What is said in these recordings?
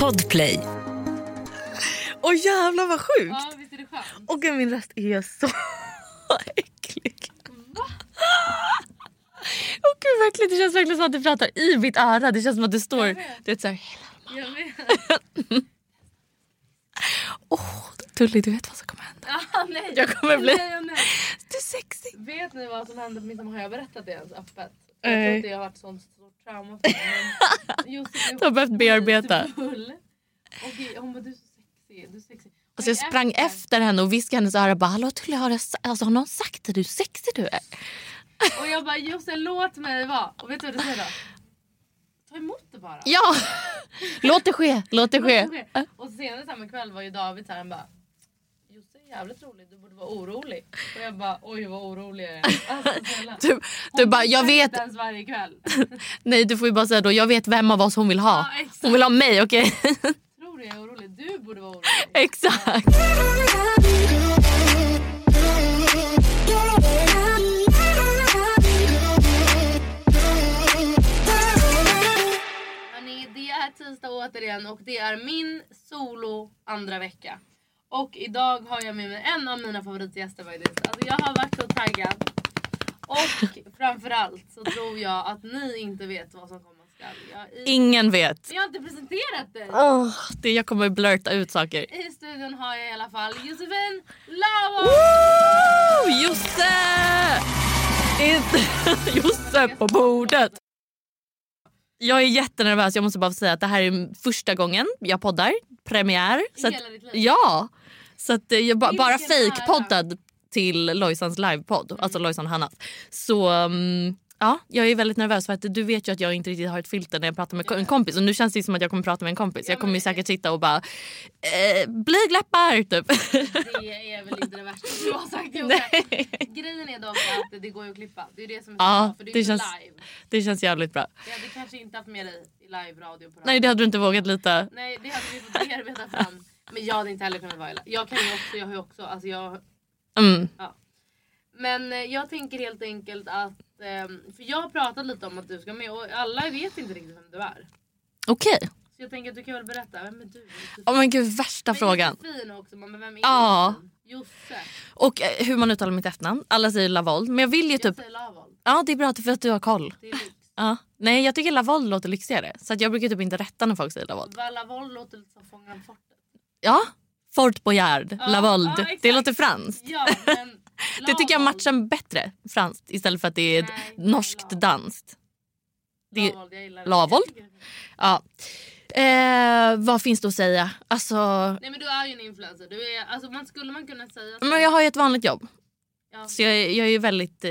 Podplay. Åh jävlar vad sjukt! Ja, visst är det skönt? Och gud, min röst är så äcklig. Åh gud, verkligen, det känns verkligen som att du pratar i mitt öra. Det känns som att du står... Du vet, så här, Jag med. Åh, Tully, du vet vad som kommer hända. Ah, nej. Jag kommer bli- Nej, jag med. Du är sexig! Vet ni vad som hände på midsommar? Har jag berättat det ens öppet? Jag Nej. tror att det har varit sånt stort trauma för mig. men Josefin Du har behövt bearbeta. var full. Och hon bara du är så sexig. Du är sexig. Alltså jag Men sprang efter henne och viskade i hennes öra. Bara, Hallå Tully, har, jag, sa- alltså, har någon sagt att du är sexig du är? Och jag bara Josef låt mig vara. Och vet du vad du säger då? Ta emot det bara. Ja! Låt det ske, låt det ske. Och senare samma kväll var ju David så här, han bara Josef är jävligt rolig, du borde vara orolig. Och jag bara oj vad orolig jag är. Alltså, snälla. Du, du Hon bara, jag bestämmer vet, inte ens varje kväll. nej du får ju bara säga då, jag vet vem av oss hon vill ha. Ja, exakt. Hon vill ha mig, okej? Tror du jag är orolig? Du borde vara Eh. orolig. Exakt. Hörni, det är tisdag återigen och det är min solo andra vecka. Och idag har jag med mig en av mina favoritgäster faktiskt. Alltså jag har varit så taggad. Och framförallt så tror jag att ni inte vet vad som komma skall. Jag, i, Ingen vet. jag har inte presenterat dig. Åh, det, jag kommer blurta ut saker. I studion har jag i alla fall Josefin Lavo! Woo! Josse! Inte Josse på bordet. Jag är jättenervös. Jag måste bara säga att det här är första gången jag poddar. Premiär. Så att, hela ditt liv. ja. Så att eh, jag ba, Vilken bara ära. fejkpoddad till Lojsans livepodd. Alltså Lojsan Hanna. Så mm, ja, jag är väldigt nervös för att du vet ju att jag inte riktigt har ett filter när jag pratar med ko- en kompis. Och nu känns det som att jag kommer prata med en kompis. Ja, Jag kommer men- ju säkert sitta och bara eh, blygläppar typ. Det är väl inte det värsta du har sagt Josef. Nej. Grejen är dock att det går ju att klippa. Det är ju det som är så Ja, bra för det är det ju inte känns- live. Det känns jävligt bra. Jag hade kanske inte haft med dig i live-radio på Nej, det hade du inte vågat lite. Nej, det hade vi fått bearbeta fram. Men jag hade inte heller kunnat vara i live. Jag kan ju också, jag har ju också. Alltså jag, Mm. men eh, jag tänker helt enkelt att, ehm, för jag har pratat lite om att du ska med och alla vet inte riktigt vem du är. Okej. Så jag tänker att du kan väl berätta, vem är du? Åh men gud, värsta frågan. Fin också, men vem är Ja. Josefin? Josse? Och eh, hur man uttalar mitt efternamn. Alla säger Lavold. Men jag vill ju Jag typ... säger Lavold. Ja, det är bra att- för att du har koll. Det är lyx. Ja. Nej, jag tycker Lavold låter lyxigare. Så att jag brukar typ inte rätta när folk säger Lavold. Va, Lavold låter lite som Fångaren fortet. Ja. Fort Boyard, Ja, Lavold. ja, exakt. det låter franskt. Ja, men Det tycker jag Lavold- matchar bättre. Franskt istället för att det är Nej, norskt Lavold. danskt. Det, Lavold, jag gillar det. Lavold? Jag tycker det är fint. ja. eh, vad finns det att säga? Alltså, Nej men du är ju en influencer. Du är, alltså, man, skulle man kunna säga så? men jag har ju ett vanligt jobb. Ja. Så jag, är- jag är ju väldigt eh,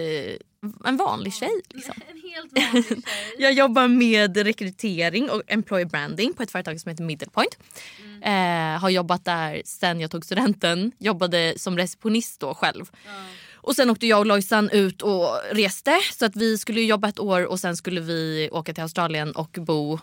en vanlig tjej. Liksom. En helt vanlig tjej. Jag jobbar med rekrytering och employer branding på ett företag som heter Middlepoint. Mm. Eh, har jobbat där sen jag tog studenten. Jobbade som receptionist då själv. Ja. Och sen åkte jag och Lojsan ut och reste. Så att vi skulle ju jobba ett år och sen skulle vi åka till Australien och bo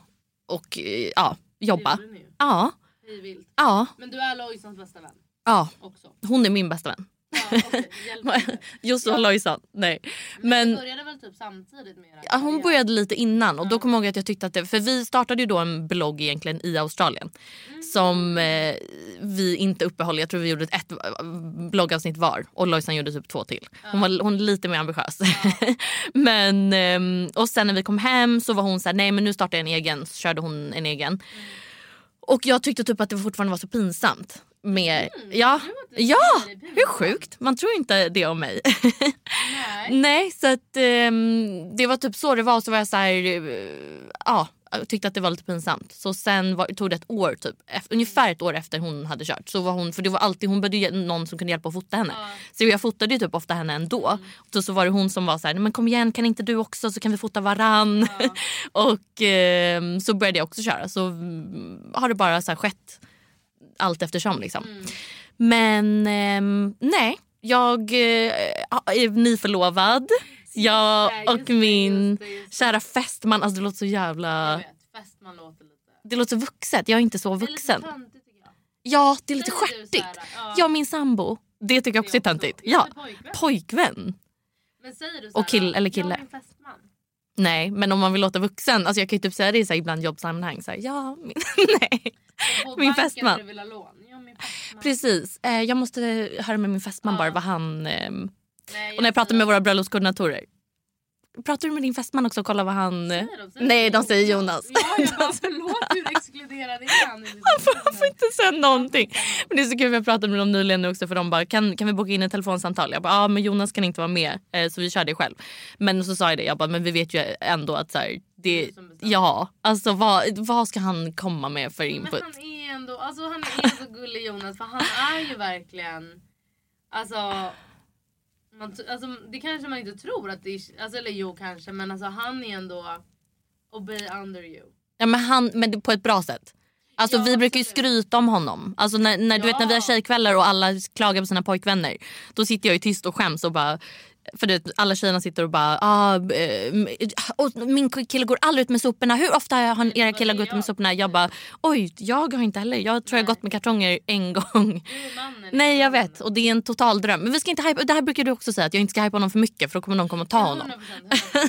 och eh, ja, jobba. Det gjorde ni ju. Ja, Hej vilt. ja, Men du är Lojsans bästa vän ja. också. Hon är min bästa vän. Ja, okej. Hjälp mig. Just och Lojsan. Nej. Du Men började väl typ samtidigt med era Ja, hon karriärer? började lite innan och då kommer jag ihåg att jag tyckte att det, för vi startade ju då en blogg egentligen i Australien Mm. som eh, vi inte uppehåller. Jag tror vi gjorde ett eh, bloggavsnitt var och Lojsan gjorde typ två till. Hon var hon är lite mer ambitiös. men, ehm, och sen när vi kom hem så var hon så här, nej men nu startar jag en egen. Så körde hon en egen. Mm. Och jag tyckte typ att det fortfarande var så pinsamt. Med, ja, Mm. det var ja, lite pinsamt. hur sjukt? Man tror inte det om mig. Nej. Nej, så att ehm, det var typ så det var. Så var jag så här, eh, ja, jag tyckte att det var lite pinsamt. Så sen var, tog det ett år, typ, efter, ungefär ett år efter hon hade kört. Så var hon, för det var alltid, hon behövde ju någon som kunde hjälpa att fota henne. Ja. Mm. Så jag fotade ju typ ofta henne ändå. Så, så var det hon som var så här, "Nej, men kom igen kan inte du också så kan vi fota varann. och ehm, så började jag också köra. Så mm, har det bara så här skett allt eftersom Mm. liksom. Men ehm, nej, jag eh, är nyförlovad. Jag det, just och det, min just det, just det. kära fästman. Alltså det låter så Jag jävla... vet, fest man låter lite. Det låter så vuxet. Jag är inte så Det är lite vuxen. töntigt tycker jag. Ja, det är lite Säger du så här, stjärtigt. ja. Jag och min sambo. Det tycker jag också är Det är också- töntigt. just Ja. det, pojkvän. Pojkvän. Men säger du så Och här, kill- eller Jag kille. är en fästman. Nej, men om man vill låta vuxen. Alltså jag kan ju typ säga det i så här, ibland jobbsammanhang. Så här, ja, min, nej. På Min banken fästman. för att vilja lån. Ja, min fästman. Precis. Eh, jag måste höra med min fästman Ja. bara vad han... ehm, Nej, och när jag pratar med våra bröllopskoordinatorer. Pratar du med din fästman också och kollar vad han... Nej, de säger Jonas. Ja, jag bara, förlåt hur exkluderad är han? i ditt Man får namn? inte säga någonting. Men det är så kul, jag pratade med dem nyligen nu också för de bara kan, kan vi boka in ett telefonsamtal? Jag bara ja ah, men Jonas kan inte vara med eh, så vi kör det själv. Men så sa jag det, jag bara men vi vet ju ändå att så här, Det är det, du som bestämmer. ja alltså vad, vad ska han komma med för input? Men han är ändå, alltså han är så gullig Jonas för han är ju verkligen, alltså, man, t- alltså det kanske man inte tror att det är, alltså, eller jo kanske men alltså han är ändå obey under you. Ja, men han, men på ett bra sätt. Alltså, Ja, vi brukar ju absolut. skryta om honom. Alltså, när, när, du vet, när vi har Ja. tjejkvällar och alla klagar på sina pojkvänner då sitter jag ju tyst och skäms. Och bara, för du vet, alla tjejerna sitter och bara... Ah, eh, och min kille går aldrig ut med soporna. Hur ofta har era killar gått ut med soporna? Jag bara, oj, jag har inte heller. Jag tror jag Nej. gått med kartonger en gång. Du är mannen. liksom. Nej, jag mannen. vet. Och det är en total dröm. Men vi ska inte hypa, det här brukar du också säga, att jag inte ska hypa honom för mycket för då kommer någon komma och ta honom. 100%, 100%.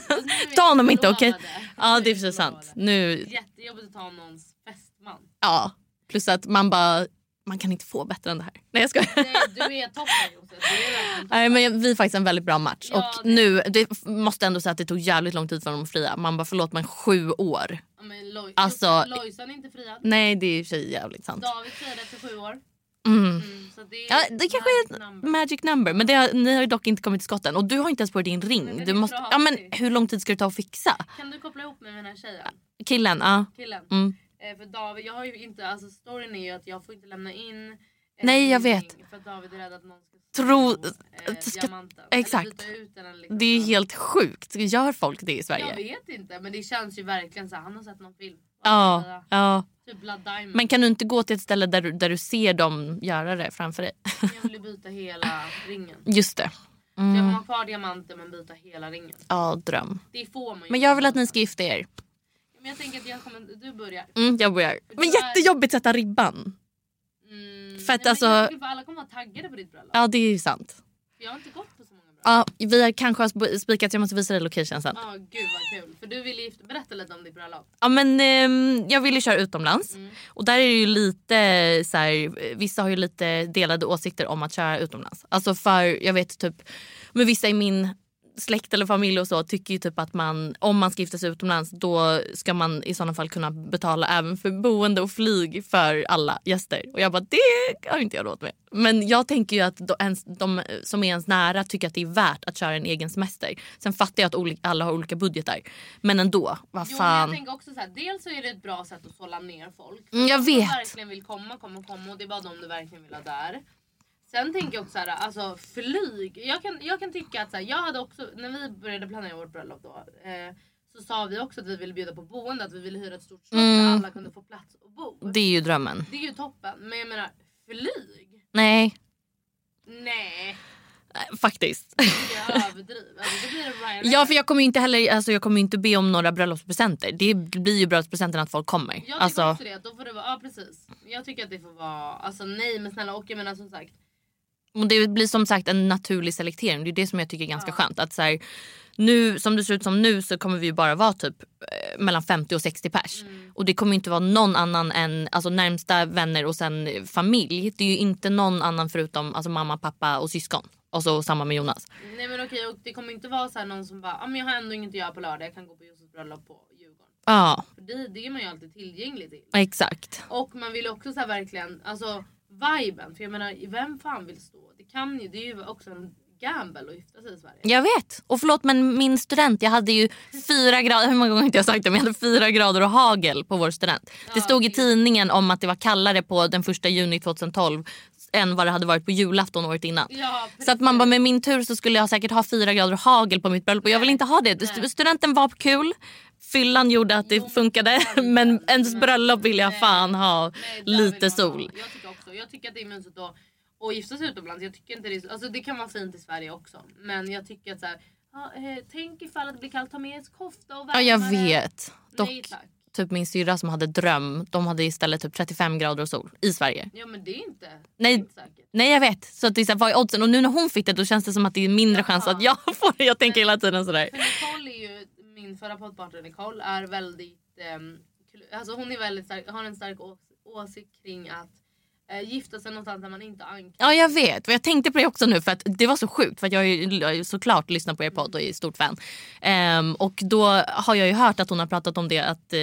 Ta honom inte, okej? Förlovade. Ja, det är för sig sant. Förlovade. Nu, Jättejobbigt att ta någons fästman. Ja, plus att man bara, man kan inte få bättre än det här. Nej jag skojar. Nej, Du är toppen Josef. Du är verkligen toppen. Nej, men vi är faktiskt en väldigt bra match. Ja, och det- nu, det f- måste ändå säga att det tog jävligt lång tid för dem att fria. Man bara förlåt men sju år. Ja, men Loj- Alltså- Lojsan är inte friad. Nej det är i och för sig jävligt sant. David friade efter sju år. Mm. Mm, så det, är Ja, det kanske är Mm. nice number. ett magic number men det har, ni har ju dock inte kommit till skotten och du har inte ens på dig din Nej, ring. men Du det är måste, trasigt. ja, men hur lång tid ska det ta att fixa? Kan du koppla ihop mig med den här tjejen? Killen, ja. Killen? Mm. Eh, för David, jag har ju inte, alltså storyn är ju att jag får inte lämna in eh, Nej, jag min vet. ring För att David är rädd att någon ska Tro- sno, eh, ska- diamanten. exakt. Eller byta ut den, eller liksom. Det är helt sjukt. Gör folk det i Jag Sverige? vet inte men det känns ju verkligen så här, han har sett någon film. Ja, ja. Typ Blood Diamond. Men kan du inte gå till ett ställe där du, där du ser dem göra det framför dig? Jag vill ju byta hela ringen. Just det. Så jag Mm. vill ha kvar diamanten men byta hela ringen. Ja, dröm. Det får man ju Men inte jag vill att ni någonstans. ska gifta er. Men jag tänker att jag kommer, du börjar. Mm, jag börjar. Men Du är- jättejobbigt att sätta ribban. Mm, För att nej, men alltså- jag tycker för alla kommer vara taggade på ditt bröllop. Ja, det är ju sant. För jag har inte gått på så många bröllop. Ja, vi har kanske har sp- spikat, jag måste visa dig location sen. Ja, gud vad kul. För du ville gifta Berätta lite om ditt bröllop. Ja, men ehm, jag vill ju köra utomlands. Mm. Och där är det ju lite så här, eh, vissa har ju lite delade åsikter om att köra utomlands. Alltså för, jag vet typ, men vissa i min släkt eller familj och så tycker ju typ att man, om man ska gifta sig utomlands då ska man i sådana fall kunna betala även för boende och flyg för alla gäster. Och jag bara, det har inte jag råd med. Men jag tänker ju att då ens, de som är ens nära tycker att det är värt att köra en egen semester. Sen fattar jag att olika, alla har olika budgetar. Men ändå, vad Jo, men jag fan. tänker också så här, dels så är det ett bra sätt att sålla ner folk. Mm, jag de vet. som verkligen vill komma, komma, komma och det är bara de du verkligen vill ha där. Sen tänker jag också så här, alltså flyg. Jag kan, jag kan tycka att så här, jag hade också, när vi började planera vårt bröllop då eh, så sa vi också att vi ville bjuda på boende, att vi ville hyra ett stort slott där Mm. alla kunde få plats och bo. Det är ju drömmen. Det är ju toppen, men jag menar flyg? Nej, Nej, eh, faktiskt. jag överdriver. Alltså, det blir en Ryanair. Ja, för jag kommer ju inte heller alltså, jag kommer ju inte be om några bröllopspresenter. Det blir ju bröllopspresenten att folk kommer. Jag tycker Alltså, också det, då får det vara, ja precis. Jag tycker att det får vara, alltså nej men snälla och jag menar som sagt. och det blir som sagt en naturlig selektering. Det är det som jag tycker är ganska Ja. skönt. Att, så här, nu, som det ser ut som nu så kommer vi ju bara vara typ eh, mellan 50 och 60 pers. Mm. Och det kommer ju inte vara någon annan än alltså, närmsta vänner och sen eh, familj. Det är ju inte någon annan förutom alltså, mamma, pappa och syskon. Och så samma med Jonas. Nej men okej och det kommer inte vara så här någon som bara, ah, men jag har ändå inget att göra på lördag, jag kan gå på Josefs bröllop på Djurgården. Ja, För det, det är man ju alltid tillgänglig till. exakt. Och man vill också så här verkligen, alltså viben. För jag menar vem fan vill stå? Det kan ju, det är ju också en gamble att gifta sig i Sverige. Jag vet. Och förlåt men min student, jag hade ju fyra grader, hur många gånger har inte jag sagt det, men jag hade fyra grader och hagel på vår student. Det Ja, stod i det- tidningen om att det var kallare på den första juni 2012 än vad det hade varit på julafton året innan. Ja, Så att man bara, med min tur så skulle jag säkert ha fyra grader och hagel på mitt bröllop och jag vill Nej, inte ha det. Stu- nej. Studenten var kul, fyllan gjorde att Jo, det men funkade verkligen. men ens Men- bröllop vill jag Mm. nej. fan ha Nej, där vill lite man sol. Ha. Jag tycker också. Jag tycker att det är mysigt att, att gifta sig utomlands. Jag tycker inte det, är, så- alltså det kan vara fint i Sverige också. Men jag tycker att så här, ja, eh, tänk ifall att det blir kallt, ta med er kofta och Ja värmare. jag vet. Nej Dock tack. typ min syrra som hade dröm, de hade istället typ 35 grader och sol i Sverige. Ja men det är inte, det Nej. är inte säkert. Nej jag vet. Så att det är så här, vad är oddsen? Och nu när hon fick det då känns det som att det är mindre Jaha. chans att jag får det. Jag tänker hela tiden sådär. För Nicole är ju min min förra poddpartner Nicole är väldigt, ehm, kl- alltså hon är väldigt stark, har en stark ås- åsikt kring att eh, gifta sig någonstans där man inte har anknytning. Ja jag vet, och jag tänkte på det också nu för att det var så sjukt för att jag har ju jag har ju såklart lyssnat på er podd och är stort fan. Ehm, och då har jag ju hört att hon har pratat om det att eh,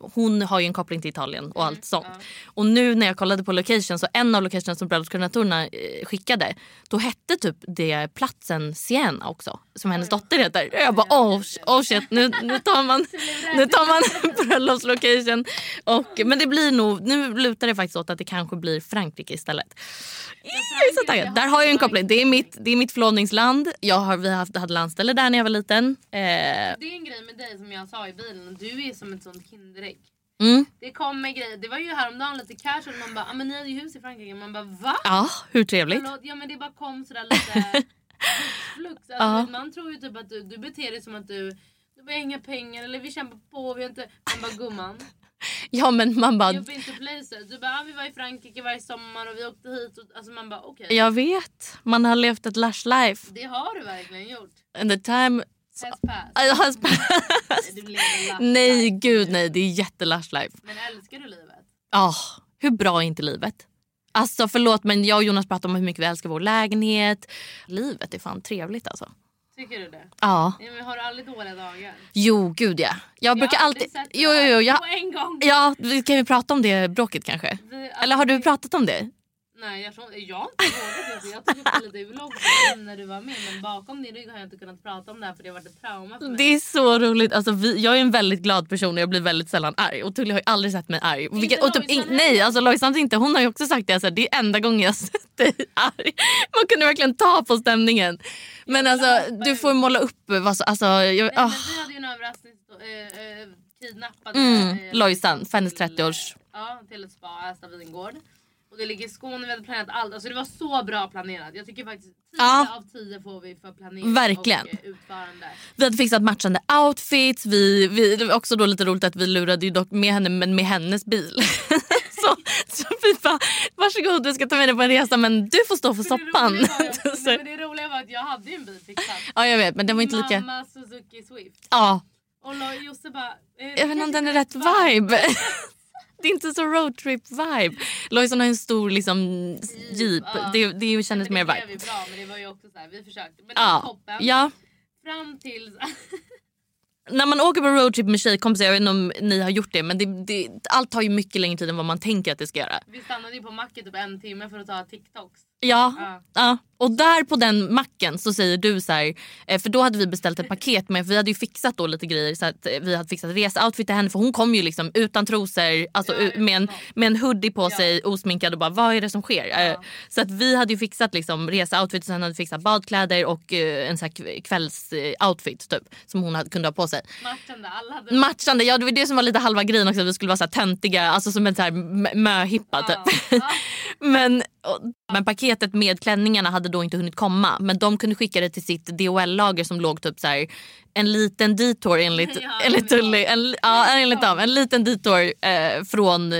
hon har ju en koppling till Italien och allt sånt. ja. Och nu när jag kollade på location så en av locationen som bröllopskoordinatorerna eh, skickade då hette typ det platsen Siena också som hennes dotter heter. Jag bara åh oh, oh shit nu, nu tar man nu tar man bröllopslocation. Och, men det blir nog, nu lutar det faktiskt åt att det kanske blir Frankrike istället. Jag är så taggad. Där har jag en koppling. Det är mitt, det är mitt förlovningsland. Jag har, vi har haft, hade landställe där när jag var liten. Eh, Det är en grej med dig som jag sa i bilen, du är som ett sånt kinderägg. mm, Det kommer grejer, det var ju häromdagen lite casual, man bara ah, men ni hade ju hus i Frankrike, man bara va? ja, hur trevligt. Förlåt, ja men det bara kom sådär lite flux. Alltså, Ja. Man tror ju typ att du, du beter dig som att du, du bara inga pengar eller vi kämpar på, vi har inte... Man bara gumman, Ja men man bara, you've been to places. Du bara ah, vi var i Frankrike varje sommar och vi åkte hit. Och, alltså man bara okej, jag vet. Man har levt ett lush life. det har du verkligen gjort. And the time Has passed. I has passed. Du lever lapp. Nej gud nej, det är jätte lush life. Men älskar du livet? Ja, hur bra är inte livet? Alltså förlåt men jag och Jonas pratar om hur mycket vi älskar vår lägenhet. Livet är fan trevligt alltså. Tycker du det? Ja. Ja, men har du aldrig dåliga dagar? Jo gud ja. Jag brukar har alltid... aldrig sett Jo, jo, det jo, jag... På en gång. Ja, vi- kan vi prata om det bråket kanske? Vi- Eller har du alltså, pratat om det? Nej jag, tror, jag har inte vågat. det. Jag tog upp det lite i vloggen när du var med men bakom din rygg har jag inte kunnat prata om det här för det har varit ett trauma för mig. Det är så roligt. Alltså, vi, jag är en väldigt glad person och jag blir väldigt sällan arg. Och Tully har ju aldrig sett mig arg. Och Vilket, och typ, Lojsan in, heller. nej, alltså Lojsan inte. Hon har ju också sagt det. Alltså, det är enda gången jag har sett dig arg. Man kunde verkligen ta på stämningen. Men alltså, du får måla upp. Vad så, alltså, jag, Nej, ah. men vi hade ju en överraskning äh, äh, kidnappade Mm, eh, Lojsan, för hennes till, 30-års. Ja, till ett spa, Ästa vingård. Och det ligger i Skåne, vi hade planerat allt. Alltså det var så bra planerat. Jag tycker faktiskt 10 Ja. av 10 får vi för planering Verkligen. och eh, utförande. Vi hade fixat matchande outfits. Vi, vi, det var också då lite roligt att vi lurade ju dock med henne men med hennes bil. så, så vi bara, varsågod vi ska ta med dig på en resa men du får stå för Men det soppan. roliga var ju- Så- nej, men det roliga var att jag hade ju en bil fixad. ja jag vet men den var inte lika... Mamma Suzuki Swift. Ja, Och Lo- Josse bara... eh, jag vet inte om kanske den är inte rätt vibe. det är inte så roadtrip vibe. Lojsan har en stor liksom jeep. ja. Det, det kändes Men mer det blev ju vibe. bra men det var ju också så här, vi försökte. Men det var Ja. toppen. ja. Fram till... när man åker på roadtrip med tjejkompisar, jag vet inte om ni har gjort det men det, det, allt tar ju mycket längre tid än vad man tänker att det ska göra. vi stannade ju på macket typ en timme för att ta TikToks. Ja, Ja. ja. och där på den macken så säger du så här, eh, för då hade vi beställt ett paket med, för vi hade ju fixat då lite grejer så att eh, vi hade fixat reseoutfit till henne för hon kom ju liksom utan trosor, alltså Ja, u- utan med, en, något. med en hoodie på Ja. sig osminkad och bara vad är det som sker? Eh, Ja. Så att vi hade ju fixat liksom reseoutfit och sen hade vi fixat badkläder och eh, en så här kv- kvällsoutfit typ som hon hade, kunde ha på sig Matchande, alla hade... matchande. Ja, det var det som var lite halva grejen också. Vi skulle vara så här töntiga, alltså som en så här m- möhippa Ja. typ. Ja. Men, och, men paketet med klänningarna hade då inte hunnit komma. Men de kunde skicka det till sitt DHL-lager som låg typ så här en liten detour enligt, Ja, enligt enligt Tully. En, ja, enligt dem. En liten detour eh, från eh,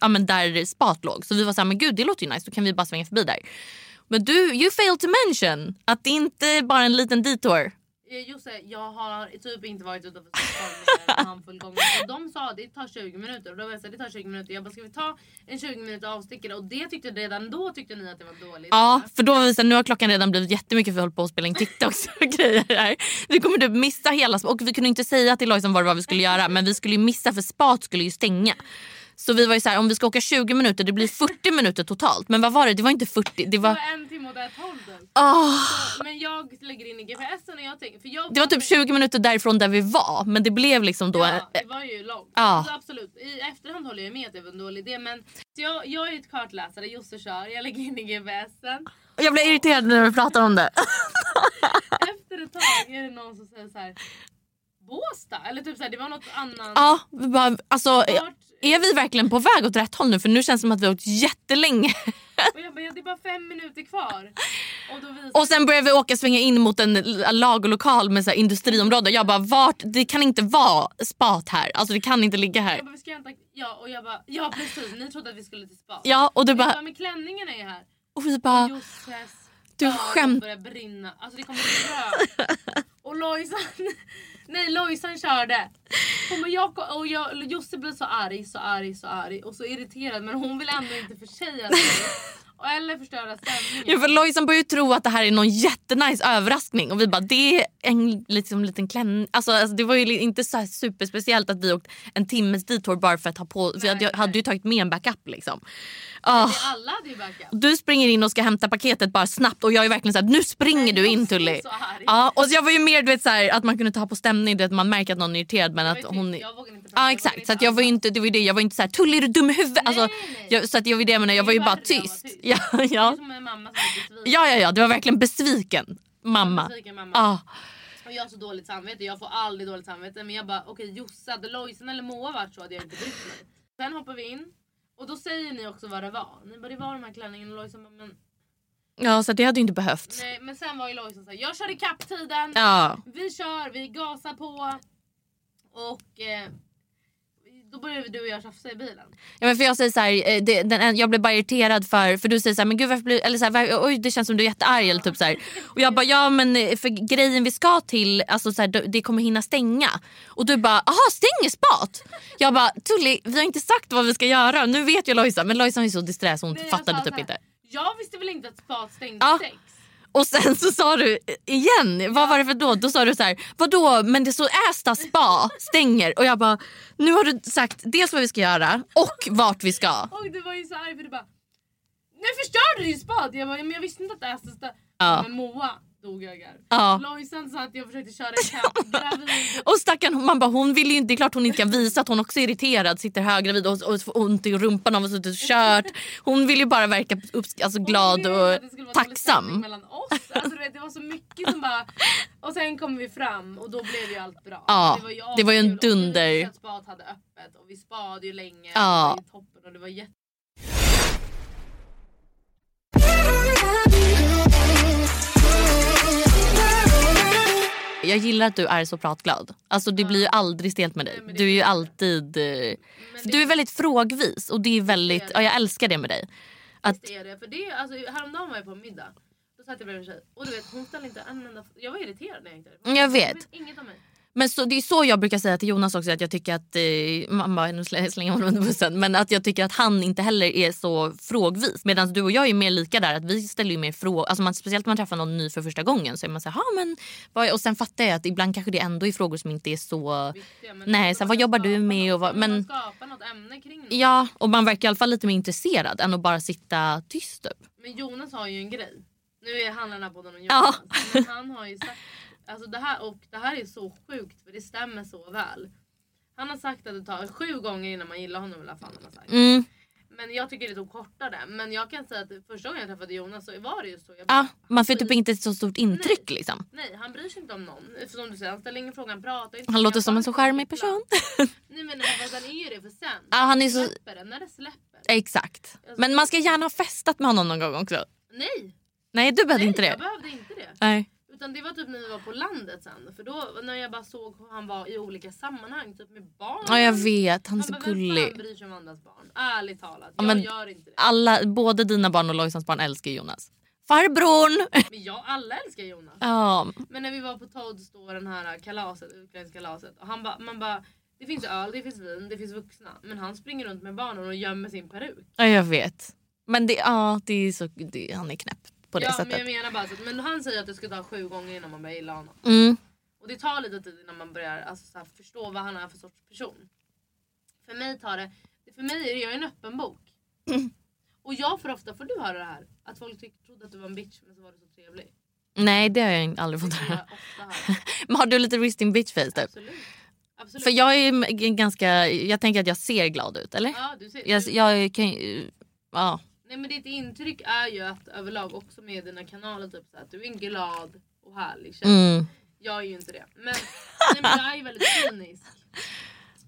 ja, men där spat låg. Så vi var så här, men gud det låter ju nice, då kan vi bara svänga förbi där. Men du, you failed to mention att det inte är bara en liten detour. Eh, Josse, jag har typ inte varit utanför Stockholm en handfull gånger. Och de sa det tar 20 minuter och då var jag så här, det tar 20 minuter. Jag bara ska vi ta en 20 minuter avstickare och det tyckte redan då tyckte ni att det var dåligt. Ja, för då var vi så här, nu har klockan redan blivit jättemycket för vi höll på att spela in TikToks och grejer här. Vi kommer typ missa hela spa- och vi kunde inte säga till Lojsan vad det var vi skulle göra men vi skulle ju missa för spat skulle ju stänga. Så vi var ju så här, om vi ska åka 20 minuter det blir 40 minuter totalt. Men vad var det? Det var inte 40, det Det var... var en timme åt ett håll typ. ah, Men jag lägger in i GPSen och jag tänker... För jag det var typ 20 minuter därifrån där vi var men det blev liksom då... Ja, det var ju långt. Ja. Alltså, absolut. I efterhand håller jag med att det var en dålig idé men så jag, jag är ju ett kartläsare, Josse kör, jag lägger in i GPSen. Jag blev irriterad när vi pratade om det. Efter ett tag är det någon som säger så här. Båsta? Eller typ så här, det var något annat. Ja, vi bara, alltså... Vart- Är vi verkligen på väg åt rätt håll nu? För nu känns det som att vi har åkt jättelänge. Och jag bara, ja, det är bara fem minuter kvar. Och då visar Och sen börjar vi åka svänga in mot en l- lagerlokal med så här industriområde. Jag bara, vart, det kan inte vara spat här. Alltså det kan inte ligga här. jag bara, vi ska hämta... Ja, och jag bara, ja precis, ni trodde att vi skulle till spa. Ja, och du Jag bara, bara, men klänningen är ju här. och vi bara, Josses Du ögon skämt- börjar brinna. Alltså det kommer bli röd. Och Lojsan, Nej Lojsan körde. Hon bara, jag, och jag, Josse blev så arg, så arg, så arg och så irriterad men hon vill ändå inte försäga sig. Och eller förstöra Ja, stämningen. för Lojsan börjar ju tro att det här är någon jättenice överraskning och vi bara det är en liksom, liten klänning. Alltså, alltså, det var ju li- inte så här superspeciellt att vi åkte en timmes detour bara för att ha på för Nej, jag, jag hade nej. ju tagit med en backup liksom. Ah. Vi alla hade ju backup. Du springer in och ska hämta paketet bara snabbt och jag är verkligen så här nu springer du in Josse blev Tully. så arg. Ja, och så jag var ju mer du vet, så här, att man kunde ta på stämning, du vet, man märker att någon är irriterad men Jag var ju att tyst, hon... jag vågade inte prata, Ja jag exakt, vågade så att jag var ju inte, det var ju det, jag var inte så här Tully är du dum i huvudet? Alltså, nej. jag, så att jag, var ju det, jag, menar, jag Det var ju är bara värre när man var tyst. tyst. Ja, Det ja. är som en mamma som är besviken. ja, ja, ja, det var verkligen besviken mamma. Besviken mamma. Ja, Och jag har så dåligt samvete, jag får aldrig dåligt samvete. Men jag bara okej Josse, hade Lojsan eller Moa varit så hade jag inte brytt mig. Sen hoppar vi in och då säger ni också vad det var. Ni bara det var de här klänningarna och Lojsan bara men ja så att det hade ju inte behövts. nej. Men sen var ju Lojsan såhär jag kör ikapp tiden. Ja, Vi kör, vi gasar på. Och eh, då började du och jag tjafsa i bilen. ja men för jag säger så här, eh, det, den, en- jag blev bara irriterad för, för du säger så här, men gud varför blir, eller så här, var, oj det känns som du är jättearg eller typ så här. Och jag bara, ja men eh, för grejen vi ska till, alltså så här, det- det kommer hinna stänga. Och du bara, aha stänger spat? Jag bara, Tully vi har inte sagt vad vi ska göra, nu vet ju Lojsan. Men Lojsan är så disträ så hon Nej, jag fattade sa typ så här, inte. Jag visste väl inte att spat stängde Ja. sex. Och sen så sa du eh, igen, vad var det för då? Då sa du så här, vadå men det så Ästa spa stänger och jag bara, nu har du sagt dels vad vi ska göra och vart vi ska. Och du var ju så arg för du bara Nu förstörde du ju spat! Jag bara, men jag visste inte att det här stod Ja. Men Moa dog jag garv. Ja. Lojsan sa att jag försökte köra ikapp gravid. Och stackarn, man bara, hon vill ju inte, det är klart hon inte kan visa att hon också är irriterad, sitter höggravid och, och får ont i rumpan av att ha suttit och kört. Hon vill ju bara verka upp, alltså, Och glad vi ville att och det skulle vara dålig stämning tacksam. Mellan oss. Alltså, du vet, det var så mycket som bara... Och sen kom vi fram och då blev ju allt bra. Ja, det var ju en askul. Och det visade dunder. sig att Spat hade öppet och vi spade ju länge. Ja. Och det var ju toppen och det var jätte... Jag gillar att du är så pratglad. Alltså det blir ju aldrig stelt med dig. Nej, men det Du är ju är det. alltid... eh, Men det, Du är väldigt frågvis och det är väldigt, ja, jag älskar det med dig. att- Visst är det. För det är, alltså, häromdagen var jag på middag. Då satt jag bredvid en tjej och du vet hon ställde inte en enda... Jag var irriterad när jag gick därifrån. Mm, jag Hon vet. vet Inget om mig. Men så, det är så jag brukar säga till Jonas också att jag tycker att, eh, mamma nu slä- slänger honom under bussen, men att jag tycker att han inte heller är så frågvis. Medan du och jag är mer lika där, att vi ställer ju mer frågor. Alltså man, speciellt när man träffar någon ny för första gången så är man så här, "Ha, men vad är-" och sen fattar jag att ibland kanske det ändå är frågor som inte är så... Viktiga, men Nej, ändå så här, man vad kan jobbar du skapa med och något. vad- Man kan men- skapa något ämne kring något. Ja, och man verkar i alla fall lite mer intresserad än att bara sitta tyst. Typ. Men Jonas har ju en grej. Nu är handlar den här podden om Ja. Jonas. Men han har ju sagt, alltså det här, och det här är så sjukt för det stämmer så väl. Han har sagt att det tar sju gånger innan man gillar honom i alla fall. Han har sagt. Mm. Men jag tycker det tog kortare. Men jag kan säga att första gången jag träffade Jonas så var det ju så. Jag bara, Ja, man får typ inte ett så stort intryck liksom. Nej han bryr sig inte om någon. För Som du säger han ställer ingen fråga, han pratar inte. Han låter Jag som en bara, så charmig person. Nej men fast han är ju det för sen. Ja, han är så- Släpper det när det släpper. Exakt. Men man ska gärna ha festat med honom någon gång också. Nej! Nej, du behövde nej inte det. jag behövde inte det. Nej. Utan det var typ när vi var på landet sen. För då när jag bara såg hur han var i olika sammanhang. Typ med barn. Ja jag vet, han är Man så bara, Vem fan gullig. bryr sig om andras barn? Ärligt talat. Ja, Jag men- gör inte det. Alla, både dina barn och Lojsans barn älskar ju Jonas. Farbrorn! Men jag, alla älskar Jonas. Ja, Men när vi var på Todds då den här kalaset, utklädningskalaset. Och han bara, man bara. Det finns öl, det finns vin, det finns vuxna. Men han springer runt med barnen och gömmer sin peruk. ja, jag vet. Men det, ja, det är så, det, han är knäpp på det ja men jag sättet. menar bara så att, men han säger att det ska ta sju gånger innan man börjar gilla honom. Mm. Och det tar lite tid innan man börjar alltså, så här, förstå vad han är för sorts person. För mig tar det, för mig är det, jag är en öppen bok. Mm. Och jag får ofta, får du höra det här? Att folk tyck, trodde att du var en bitch men så var du så trevlig. Typ. Nej det har jag aldrig fått Det får jag höra. ofta höra. Men har du lite resting bitch face typ? Absolut. Absolut. För jag är m- g- ganska, jag tänker att jag ser glad ut eller? ja, du ser, Jag, du, jag kan ju- ja. Nej men ditt intryck är ju att överlag också med dina kanaler typ så här, att du är en glad och härlig tjej. Mm. Jag är ju inte det. Men, nej, men jag är ju väldigt cynisk.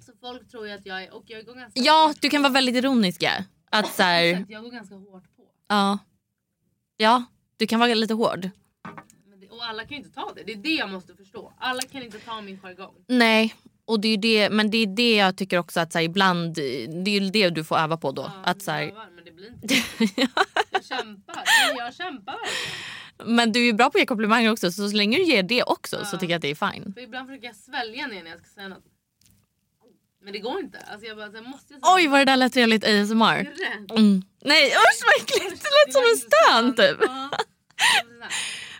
Så folk tror ju att jag är, och jag går ganska Ja hårt du kan på. vara väldigt ironisk ja. Att så här, Exakt, Jag går ganska hårt på. ja. Ja, du kan vara lite hård. Men det, och alla kan ju inte ta det. Det är det jag måste förstå. Alla kan inte ta min jargong. Nej, och det är ju det, men det är det jag tycker också att så här, ibland, eh, det är ju det du får öva på då. Ja, att så här, men det blir inte. Jag kämpar. Men jag kämpar verkligen. Men du är ju bra på att ge komplimanger också så så länge du ger det också så Ja. tycker jag att det är fine. För ibland försöker jag svälja ner när jag ska säga något. Men det går inte. Alltså jag bara, så här, måste jag säga Oj något? vad det där lät trevligt ASMR. Jag är rädd. Mm. Nej usch vad äckligt! Det lät som en stön typ. Ja. Så här.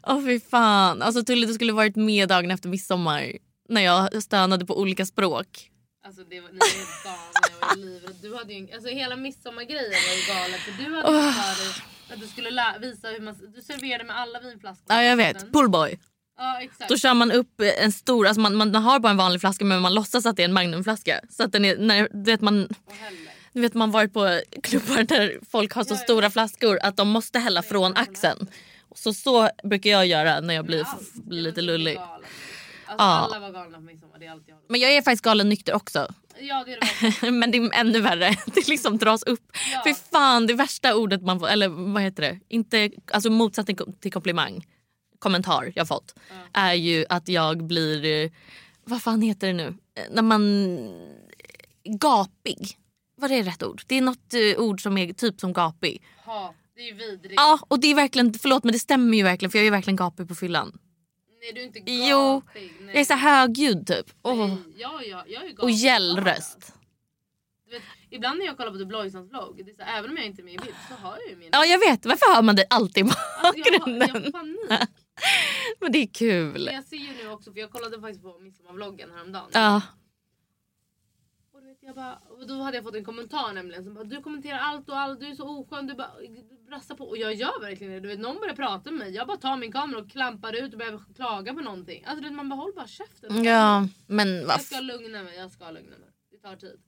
Åh fy fan. Alltså Tully du skulle varit med dagen efter midsommar när jag stönade på olika språk. Alltså det var, ni var helt galna, jag var livrädd. Du hade ju, en- alltså hela midsommargrejen var ju galen för du hade ju för dig att du skulle lä- visa hur man, du serverade med alla vinflaskor. Ja jag Mm. vet, poolboy. Ja exakt. Då kör man upp en stor, alltså man, man har bara en vanlig flaska men man låtsas att det är en magnumflaska. Så att den är, när, du vet man Och häller. Du vet man varit på klubbar där folk har så Ja, ja. stora flaskor att de måste hälla från axeln. Och Så, så brukar jag göra när jag blir Allt. f- Ja, men lite du är lullig. galen. Alltså, Ja. Alla var galna på midsommar, det är allt jag håller på Men jag är faktiskt galen nykter också. med. Ja det är det verkligen. Men det är ännu värre. Det liksom dras upp. Ja. Fy fan, det värsta ordet man får... Eller vad heter det? Inte, alltså motsatsen kom- till komplimang. Kommentar jag fått. Är ju att jag blir... eh, Vad fan heter det nu? Eh, När man... eh, Gapig. Var det rätt ord? Det är något eh, ord som är typ som gapig. Ja, det är ju vidrigt. Ja, och det är verkligen, förlåt men det stämmer ju verkligen för jag är ju verkligen gapig på fyllan. Nej du är inte gapig. Jo, Nej. Jag är så högljudd typ. Åh. Nej, Ja, ja, jag är ju galen. Och gällröst. Du vet, ibland när jag kollar på The Blojsans vlogg, det är så, här, även om jag inte är med i bild så har jag ju min. Ja jag vet, varför hör man dig alltid i Alltså, jag, har, jag bakgrunden? får panik. Men det är kul. Men jag ser ju nu också, för jag kollade faktiskt på midsommarvloggen häromdagen. Ja, Och, du vet, jag bara, och då hade jag fått en kommentar nämligen som bara du kommenterar allt och allt, du är så oskön, du bara du brassar på. Och jag gör verkligen det. Du vet någon börjar prata med mig, jag bara tar min kamera och klampar ut och börjar klaga på någonting. Alltså du vet, man bara håll bara käften. ja men vad Jag ska lugna mig, jag ska lugna mig. Det tar tid.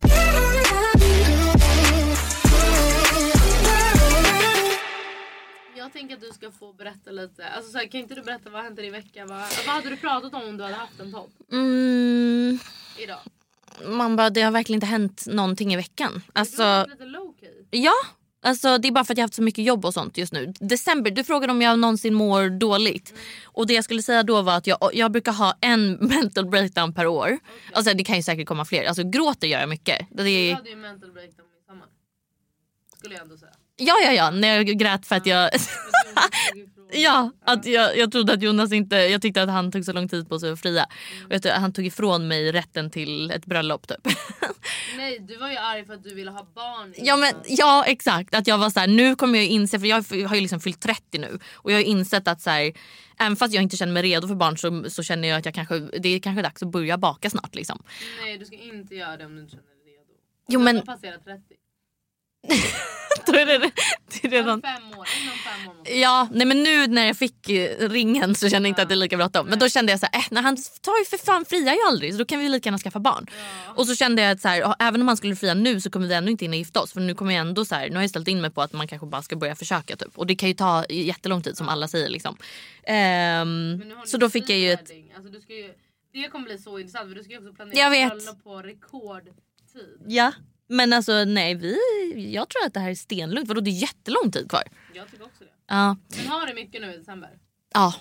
Jag tänker att du ska få berätta lite. Alltså, så här, kan inte du berätta vad hände i veckan? Vad, vad hade du pratat om om du hade haft en topp mm, idag? Man bara, det har verkligen inte hänt någonting i veckan. Du har Alltså, varit lite low key. ja. Alltså, det är bara för att jag har haft så mycket jobb och sånt just nu. December, du frågade om jag någonsin mår dåligt. Och det jag skulle säga då var att jag, jag brukar ha en mental breakdown per år. Alltså, det kan ju säkert komma fler. Alltså, gråter gör jag mycket. Det Jag är, hade ju en mental breakdown i sommar. Skulle jag ändå säga. ja, ja, ja. När jag grät för att jag... ja, att jag, jag trodde att Jonas inte... Jag tyckte att han tog så lång tid på sig att fria. Och jag tyckte att han tog ifrån mig rätten till ett bröllop typ. Nej, du var ju arg för att du ville ha barn. Ja, men, innan. ja exakt. Att jag var så här, nu kommer jag inse, för jag har ju liksom fyllt 30 nu och jag har insett att så här, även fast jag inte känner mig redo för barn så, så känner jag att jag kanske, det är kanske dags att börja baka snart. Liksom. Nej, du ska inte göra det om du inte känner dig redo. Jo, Du men- har passerat 30. Då är det, det är Redan... redan... Fem år. Inom fem år måste Ja, nej men nu när jag fick eh, ringen så kände jag inte att det är lika bråttom. Men då kände jag så här, äh, nej, han tar ju för fan friar ju aldrig så då kan vi lika gärna skaffa barn. Ja. Och så kände jag att så här, ja, även om han skulle fria nu så kommer vi ändå inte hinna gifta oss. För nu kommer jag ändå så här, nu har jag ställt in mig på att man kanske bara ska börja försöka typ. Och det kan ju ta jättelång tid som alla säger liksom. Ehm, Men nu har ni så då fick jag ju ett, pre-wedding. Alltså, du ska ju... Det kommer bli så intressant för du ska ju också planera Jag vet. bröllop på rekordtid. ja. Men alltså nej, vi, jag tror att det här är stenlugnt. Vadå det är jättelång tid kvar. Jag tycker också det. Ja. Men har du mycket nu i december? ja.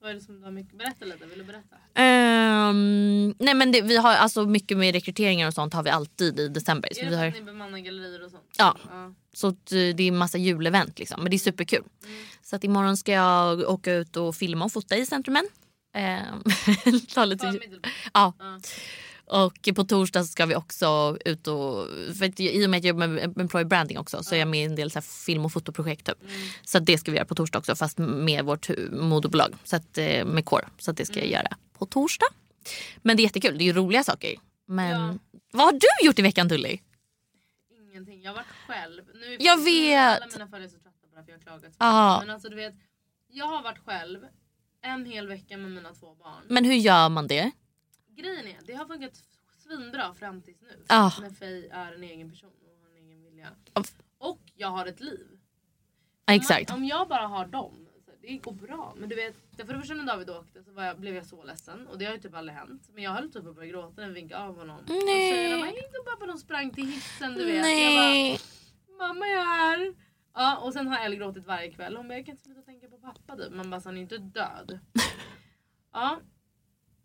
Vad är det som du har mycket? Berätta lite, vill du berätta? Ehm, nej men det, vi har alltså mycket med rekryteringar och sånt har vi alltid i december. Så, är vi det för har, att ni bemannar gallerier och sånt? Ja. ja. så att, eh, det är massa julevent liksom. Men det är superkul. Så att imorgon ska jag åka ut och filma och fota i centrumen. Ehm, ta lite... För Middelburg. Ja. Ja. Och på torsdag så ska vi också ut och... För att, I och med att jag jobbar med employer branding också så är jag med i en del så här film och fotoprojekt. Typ. mm. Så att det ska vi göra på torsdag också fast med vårt hu- moderbolag. Så att, eh, med Kår. Så att det ska jag göra på torsdag. Men det är jättekul. Det är ju roliga saker. Men vad har du gjort i veckan Tully? Ingenting. Jag har varit själv. Nu är Jag nu vet. är Alla mina följare så trötta på det här för jag har klagat. så mycket. Ja. Men alltså du vet. Jag har varit själv en hel vecka med mina två barn. Men hur gör man det? Grejen är, det har funkat svinbra fram tills nu. Ja. När Faye är en egen person och har en egen vilja. Ja. Och jag har ett liv. Ja, exakt. Om, om jag bara har dem, så det går bra. Men du vet, för det första när David åkte så var jag, blev jag så ledsen. Och det har ju typ aldrig hänt. Men jag höll typ på att börja gråta när vi vinkade av honom. Och Nej. tjejerna bara, hej då pappa, de sprang till hissen du vet. Jag bara, Nej. mamma jag är här. Ja, och sen har Elle gråtit varje kväll. Hon bara, jag kan inte sluta tänka på pappa du. Man bara, så han är inte död. ja.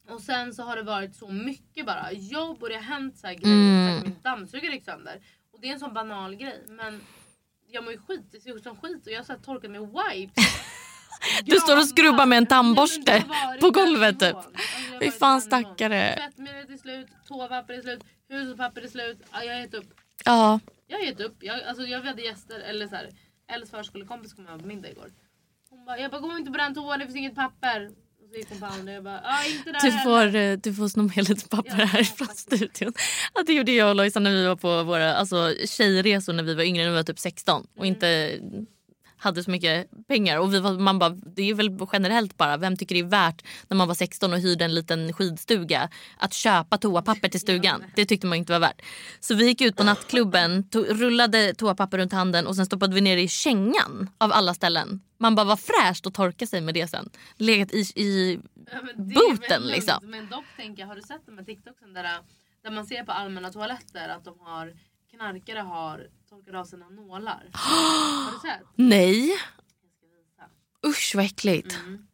Och sen så har det varit så mycket bara. Jobb och det har hänt så här grejer. Mm. Så att min dammsugare gick sönder. Och det är en sån banal grej. Men jag mår ju skit, det ser ut som skit och jag har så här torkat med wipes. Du står och skrubbar med en Granar. tandborste Nej, men det har varit på golvet, den nivån. typ. Alltså, det har Fy varit fan den nivån. stackare. Tvättmedlet är slut, toapapper är slut, hushållspapper är typ slut. Ja, jag har gett upp. Ja. Jag har gett upp. Jag, alltså, jag hade gäster, eller så här, Els förskolekompis kom hem på middag igår. Hon bara, jag bara gå inte på den toan, det finns inget papper. Och så gick hon på andra och jag bara, ah, inte där Du heller." får, eh, du får sno med lite papper Ja, härifrån tack. studion. Ja, det gjorde jag och Lojsan när vi var på våra alltså, tjejresor när vi var yngre, när vi var typ 16 och inte hade så mycket pengar. Och vi var, man bara, det är väl generellt bara, vem tycker det är värt när man var 16 och hyrde en liten skidstuga att köpa toapapper till stugan? Det tyckte man inte var värt. Så vi gick ut på nattklubben, to- rullade toapapper runt handen och sen stoppade vi ner det i kängan av alla ställen. Man bara, vad fräscht att torka sig med det sen. Legat i, i Ja, men det är boten, väl lugnt. liksom. Men dock tänker jag, har du sett de här TikToksen där, där man ser på allmänna toaletter att de har knarkare har torkat av sina nålar? har du sett? nej. Jag ska visa. Usch vad äckligt. Mm.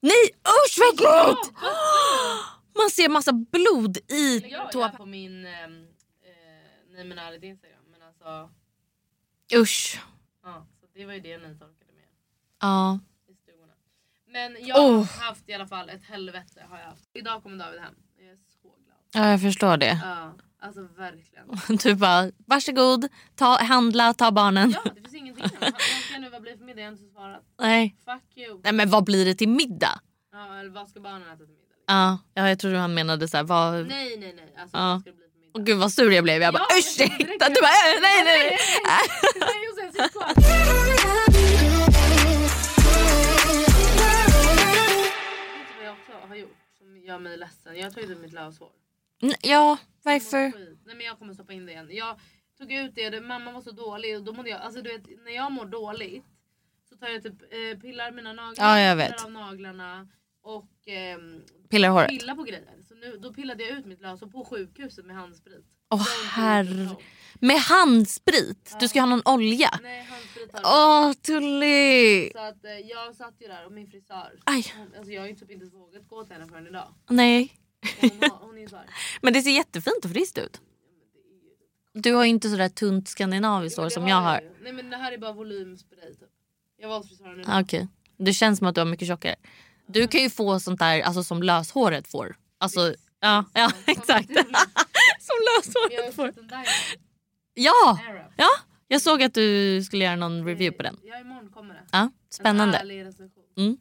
Nej usch vad äckligt! Ja, Man ser massa blod i Jag är toa. på min, ehm, eh, nej men ärligt instagram. Men alltså, Usch. ja, så det var ju det ni torkade med Ja. i stugorna. Men jag har Oh. haft i alla fall ett helvete har jag haft. Idag kommer David hem. Jag är så glad. ja, jag förstår det. Ja, alltså verkligen. Du bara varsågod, ta, handla, ta barnen. Ja, det finns ingenting. annat. Vad ska jag nu, vad blir det för middag? Jag har inte svarat. Nej. Fuck you. Nej men vad blir det till middag? Ja, eller vad ska barnen äta till middag? liksom? Ja, ja jag trodde han menade så här, vad... Nej nej nej. Alltså, Ja. vad ska det bli för middag? Åh, gud vad sur jag blev. Jag bara Ja, jag ursäkta. tänkte Du direkt- bara äh, nej nej. nej. Nej, och sen sitt kvar. Vet du vad jag också har gjort som gör mig ledsen? Jag tog ut mitt lövshår. Äh, N- Ja, Jag mår varför? skit. Nej men jag kommer stoppa in det igen. Jag tog ut det, det- mamma var så dålig och då mådde jag, alltså du vet när jag mår dåligt så tar jag typ eh, pillar mina naglar, Ja, jag vet. pillar av naglarna och ehm, Pillar i håret. pilla på grejer. Så nu, då pillade jag ut mitt löshår på sjukhuset med handsprit. Åh Don't do it herre. yourself. Med handsprit. Du ska ha någon olja. Nej handsprit har jag Åh tullig. inte. Så att, eh, jag satt ju där och min frisör, Aj. hon, alltså jag har ju typ inte vågat gå till henne förrän idag. Nej. Hon, har- hon är ju så här. Men det ser jättefint och friskt ut. Du har ju inte sådär tunt skandinaviskt Jo, men hår det som jag har. ju. Nej men det här är bara volymspray typ. Jag var hos frisören nu. Ah, Okej. Det känns som att du har mycket tjockare. Du kan ju få sånt där alltså, som löshåret får. Alltså, ja, ja exakt. som Jag har ju löshåret får. fått den där. Ja! Arab. ja! Jag såg att du skulle göra någon review på den. Ja imorgon kommer det. Ja, En spännande. ärlig recension.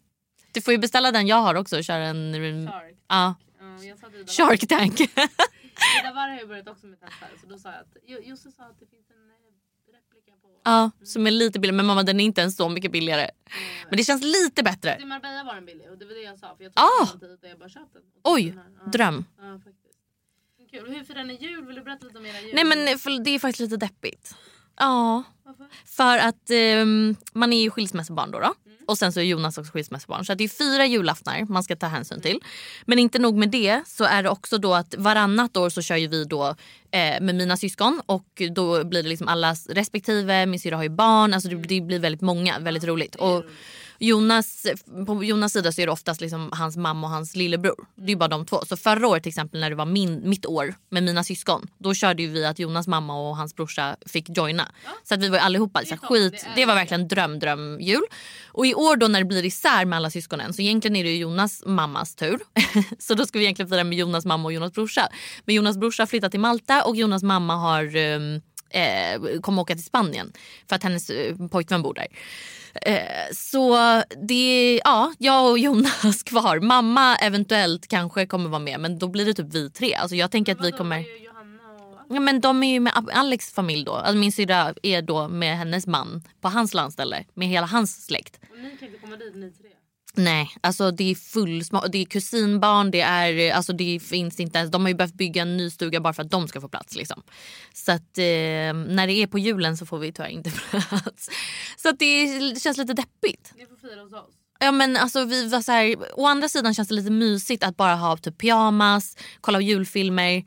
Du får ju beställa den jag har också och köra en... re- Shark. Ja. Ja, jag sa till Ida Mm. Shark Tank. Varg- Ida Varg har ju börjat också med tester. Så då sa jag att Jo- Josse sa att det finns en eh, replika på... ja, som är lite billigare. Men mamma den är inte ens så mycket billigare. eh, Men det känns lite bättre. Till Marbella var den billig och det var det jag sa för jag Ah! tog samtidigt och jag bara köpte den. Och tog Oj, den här. Ja. Dröm. Ja, faktiskt. Kul. Hur firar ni jul? Vill du berätta lite om era jul? Nej men för, det är faktiskt lite deppigt. Ja. Varför? För att ehm, man är ju skilsmässobarn då. då. Mm. Och sen så är Jonas också skilsmässobarn. Så att det är fyra julaftnar man ska ta hänsyn till. Men inte nog med det så är det också då att varannat år så kör ju vi då eh, med mina syskon. Och då blir det liksom allas respektive. Min syrra har ju barn. Alltså det, det blir väldigt många. Väldigt roligt. Det är Och Jonas, på Jonas sida så är det oftast liksom hans mamma och hans lillebror. Det är ju bara de två. Så förra året till exempel när det var min, mitt år med mina syskon. Då körde ju vi att Jonas mamma och hans brorsa fick joina. Ja. Så att vi var ju allihopa Det är så här, toppen, skit. det är Det var det. verkligen dröm dröm jul. Och i år då när det blir isär med alla syskonen. Så egentligen är det ju Jonas mammas tur. så då ska vi egentligen fira med Jonas mamma och Jonas brorsa. Men Jonas brorsa har flyttat till Malta och Jonas mamma har ehm, eh, kommer åka till Spanien för att hennes eh, pojkvän bor där. Eh, så det är ja, jag och Jonas kvar. Mamma eventuellt kanske kommer vara med men då blir det typ vi tre. Alltså jag tänker Men att vi vadå, kommer... det är ju Johanna och Alex. Ja, men de är ju med Alex familj då. Alltså min syrra är då med hennes man på hans landställe med hela hans släkt. Och ni kan inte komma dit ni tre. Nej, alltså det är fullsma- det är kusinbarn, det är alltså det finns inte ens. De har ju behövt bygga en ny stuga bara för att de ska få plats liksom. Så att eh, när det är på julen så får vi tyvärr inte plats. Så att det känns lite deppigt. Ni får fira hos oss. Ja men alltså vi var så här, å andra sidan känns det lite mysigt att bara ha typ pyjamas, kolla julfilmer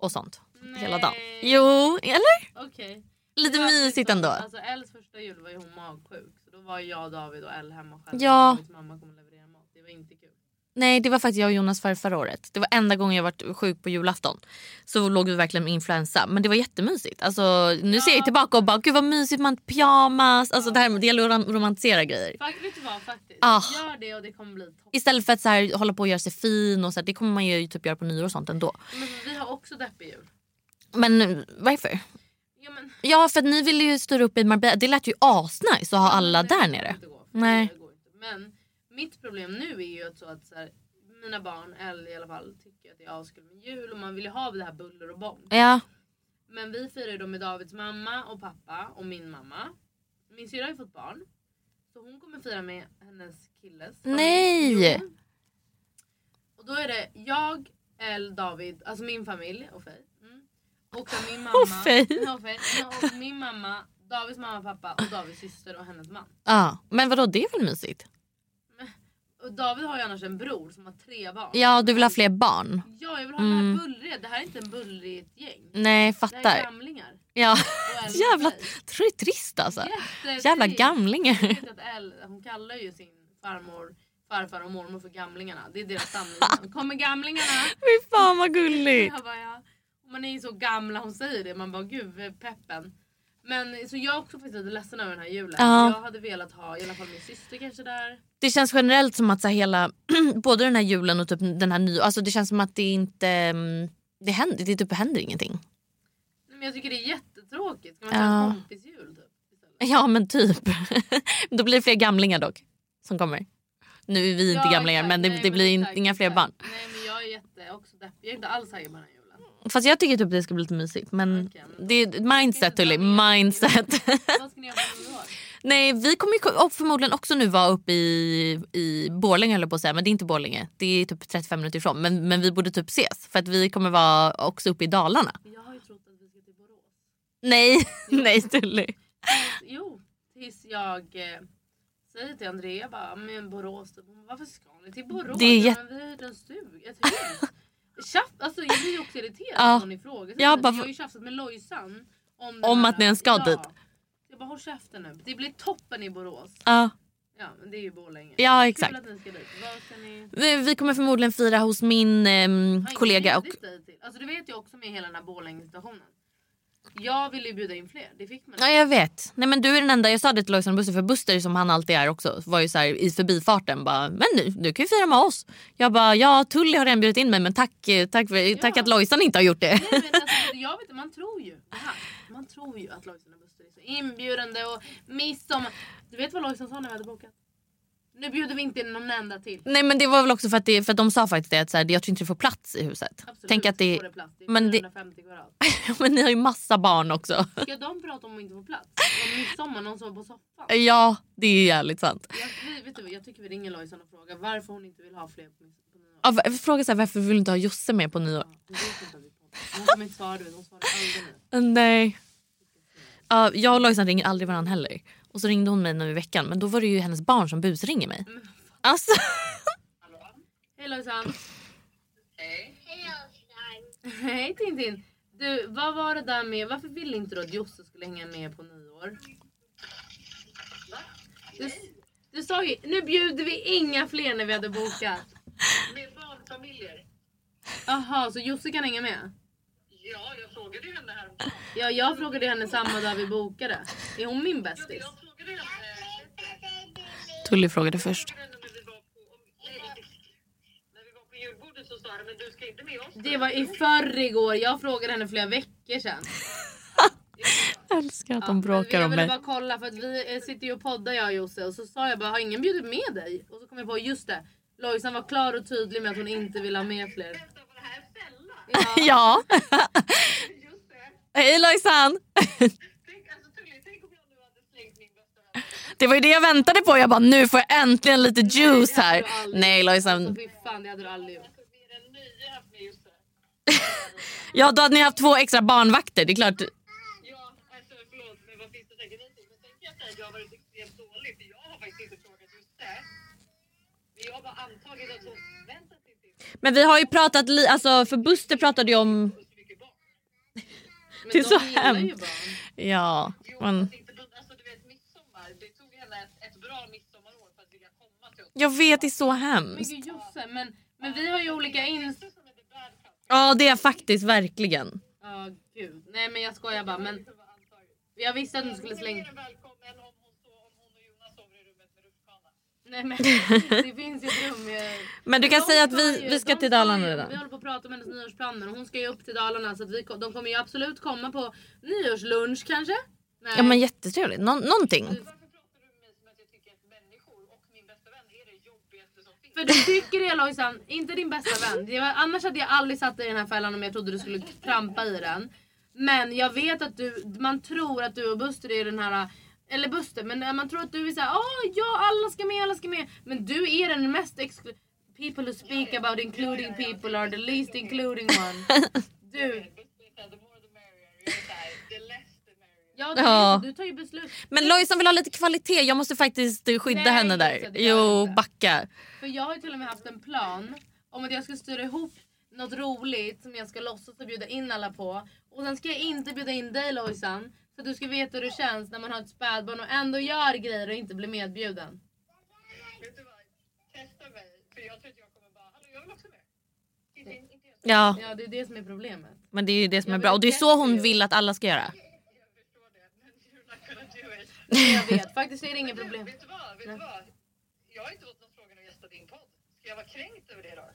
och sånt hela dagen. Nej. Jo, eller? Okej. Lite Vi hade ju mysigt så- ändå. Alltså Els första jul var ju hon magsjuk. Så då var jag, David och El hemma själva. Ja. Davids mamma kom och levererade mat. Det var inte kul. Nej det var faktiskt jag och Jonas för förra året. Det var enda gången jag varit sjuk på julafton. Så låg vi verkligen med influensa. Men det var jättemysigt. Alltså, nu ser jag tillbaka och bara gud vad mysigt man har pyjamas. Alltså, det, här, det gäller att rom- romantisera grejer. Fakt, vet du vad faktiskt? Ah. Gör det och det kommer bli toppen. Istället för att så här, hålla på och göra sig fin. Och så här, det kommer man ju typ göra på nyår och sånt ändå. Men vi har också deppig jul. Men eh, varför? Ja, men, Ja för att ni ville ju styra upp i Marbella. Det lät ju asnice att ha alla Nej, där det nere. kommer inte gå, för Nej. det går inte. Men mitt problem nu är ju att, så att så här, mina barn, eller i alla fall, tycker att det är askul med jul och man vill ju ha det här buller och bång. Ja. Men vi firar ju då med Davids mamma och pappa och min mamma. Min syrra har ju fått barn. Så hon kommer fira med hennes killes familj. Nej! Jo. Och då är det jag, El, David, alltså min familj och Fej. Mm. Och sen min mamma. Och Fej. Ja, och Fej. Ja, och min mamma, Davids mamma och pappa och Davids syster och hennes man. ja. Men vadå det är väl mysigt? Och David har ju annars en bror som har tre barn. Ja du vill ha fler barn. Ja, jag vill ha det här Mm. bullriga. Det här är inte en bullrigt gäng. Nej Det här är fattar. gamlingar. Ja. Och El och Jävla Fej. tr- trist alltså. Jättetrist. Jävla gamlingar. Jag vet att Elle, hon kallar ju sin farmor, farfar och mormor för gamlingarna. Det är deras samlingsnamn. Kommer gamlingarna? Fy fan vad gulligt. Jag bara, ja. Och Man är ju så gamla hon säger det. Man bara gud peppen. Men så jag är också faktiskt lite ledsen över den här julen. Ja. Jag hade velat ha i alla fall min syster kanske där. Det känns generellt som att så här, hela, både den här julen och typ den här nya, alltså det känns som att det inte, mm, det händer, det typ händer ingenting. Nej, Men jag tycker det är jättetråkigt. Ska man Ja. köra kompisjul typ? istället? Ja men typ. Då blir det fler gamlingar dock som kommer. Nu är vi inte Ja, gamlingar exakt. men det, Nej, det blir in, exakt, inga fler exakt. barn. Nej men jag är jätte, också deppig. Jag är inte alls taggad på den här julen. Fast jag tycker typ det ska bli lite mysigt men Okej, men då- det är ett mindset Tully, mindset. Vad ska ni göra på nyår? Nej vi kommer ju ko- och förmodligen också nu vara uppe i, i Borlänge höll jag på att säga men det är inte Borlänge. Det är typ 35 minuter ifrån men, men vi borde typ ses för att vi kommer vara också uppe i Dalarna. Jag har ju trott att vi ska till Borås. Nej, nej Tully. Jo, tills jag eh, säger till Andrea bara, men Borås, typ. Hon bara, varför ska ni till Borås? Det är Ja, jätte- men vi har hyrt en stuga, ett hus. Tjaf, alltså jag blir ju också irriterad Ja. när någon ifrågasätter. Jag Jag, bara- jag har ju tjafsat med Lojsan. Om, den Om här- att ni ens ska typ. ja. dit. Jag bara håll käften nu. Det blir toppen i Borås. Ja, Ja men det är ju Borlänge. ja exakt. Kul att ni ska dit. Vad ska ni... Vi vi kommer förmodligen fira hos min ehm, Har ingen kollega. Och, bjudit dig till? Alltså du vet ju också med hela den här Borlänge-situationen. Jag ville ju bjuda in fler, det fick man ja, jag vet. Nej, men du är den enda. Jag sa det till Lojsan och Buster, för Buster som han alltid är också var ju så här, i förbifarten bara “men du, du kan ju fira med oss”. Jag bara “ja, Tully har redan bjudit in mig men tack, eh, tack, för, tack att Lojsan inte har gjort det”. Nej, men alltså, jag vet inte, man tror ju. Aha, man tror ju att Lojsan och Buster är så inbjudande och midsommar. Du vet vad Lojsan sa när vi hade bokat? Nu bjuder vi inte in någon enda till. Nej men det var väl också för att, det, för att de sa faktiskt det att så här, jag tror inte det får plats i huset. Absolut, Tänk att det, får plats. Det är men det- 450 kvadrat. men ni har ju massa barn också. Ska de prata om att inte få plats? Om midsommar, någon sover på soffan. ja, det är jävligt sant. Jag, vi- vet du, vad, jag tycker vi ringer Lojsan och frågar varför hon inte vill ha fler på midsommar. på nyår. Ja, va- fråga så här, varför vill du inte ha Josse med på nyår? Ja, hon vet inte om vi pratar. Hon kommer inte svara, du vet. Hon svarar aldrig nu. Eh, Nej. Ja, jag och Lojsan ringer aldrig varandra heller. Och så ringde hon mig nu i veckan men då var det ju hennes barn som busringer mig. Men vad fan. Alltså, Hej Lojsan! Hej älskling. Hej Tintin! Du, vad var det där med, varför ville inte du att Josse skulle hänga med på nyår? Du, du sa ju, nu bjuder vi inga fler när vi hade bokat. Med barnfamiljer? Aha, så Josse kan hänga med? Ja, jag frågade ju henne häromdagen. Ja, jag frågade henne samma dag vi bokade. Är hon min bästis? Jag frågade henne, Tully frågade först. frågade henne när vi var på... Om, nej, inte- när vi var på julbordet så sa hon men du ska inte med oss. Det var i förrgår, jag frågade henne flera veckor sedan. Jag älskar att Ja, de bråkar men om Jag ville mig. bara kolla för att vi eh, sitter ju och poddar jag och Josse och så sa jag bara har ingen bjudit med dig? Och så kom jag på just det, Lojsan var klar och tydlig med att hon inte vill ha med fler. Vänta, var det här en fälla? Ja. Just det. Hej Lojsan! Tänk, alltså, Tully, tänk om jag nu hade slängt min bästa vän. Alltså, Det var ju det jag väntade på. Jag bara nu får jag äntligen lite juice här. Nej Så Lojsan. fy fan det hade du aldrig gjort. Alltså, mer än nio haft med just det. Ja då hade ni haft två extra barnvakter. Det är klart. Ja, alltså förlåt, men vad finns det att säga nej till? Men sen kan jag säga att jag har varit extremt dålig, för jag har faktiskt inte frågat just det. Men jag har bara antagit att hon väntar till till Men vi har ju pratat, li- alltså för Buster pratade ju om... så mycket barn. Men Det är de så gillar ju hemskt. barn. Ja. Jo, Men... fast inte, alltså du vet midsommar, det tog henne ett, ett bra midsommarår för att vilja komma till Jag vet, det är så hemskt. Mycket Josse, men, men vi har ju olika ins... Som är the bad cop. Ja, det är faktiskt verkligen. Ja gud. Nej men jag skojar bara men Det var antaget. jag visste att du skulle Hon är slänga... mer än välkommen om hon, så, om hon och Jonas sover i rummet med rutschkana. Nej men det finns ju ett rum. Jag... Men du kan De säga att ska vi, ju- vi ska de till ju- Dalarna Vi redan. håller på att prata om hennes nyårsplaner och hon ska ju upp till Dalarna så att vi, ko- de kommer ju absolut komma på nyårslunch kanske. Nej. Ja men jättetrevligt. Nå- någonting. Varför pratar du med mig som att jag tycker att människor och min bästa vän är det jobbigaste som finns? För du tycker det Lojsan, inte din bästa vän. Det var, annars hade jag aldrig satt dig i den här fällan om jag trodde du skulle trampa i den. Men jag vet att du, man tror att du och Buster är den här eller Buster, men man tror att du är såhär åh ja alla ska med, alla ska med. Men du är den mest exklusiva. People who speak about including people are the least including one. Du, The more the merrier. Jag är såhär, the less the merrier. ja, du, Ja. du tar ju beslut. Men Lojsan vill ha lite kvalitet. Jag måste faktiskt eh, skydda Nej, henne Lisa, där. det gör jag Jo, inte. backa. För jag har ju till och med haft en plan om att jag ska styra ihop något roligt som jag ska låtsas att bjuda in alla på. Och sen ska jag inte bjuda in dig Lojsan. Så att du ska veta hur det känns när man har ett spädbarn och ändå gör grejer och inte blir medbjuden. Vet du vad? Testa mig. För jag tror att jag kommer bara, hallå jag vill också med. Inte, inte jag. Ja, Ja det är det som är problemet. men det är ju det som Ja, är men bra. Och det är det så räcker hon ju. vill att alla ska göra. Jag förstår det. Men you're not gonna do it. Jag vet, faktiskt är det inget Du, problem. Vet du vad? Vet du vad? Jag har inte fått någon fråga att gästa din podd. Ska jag vara kränkt över det då?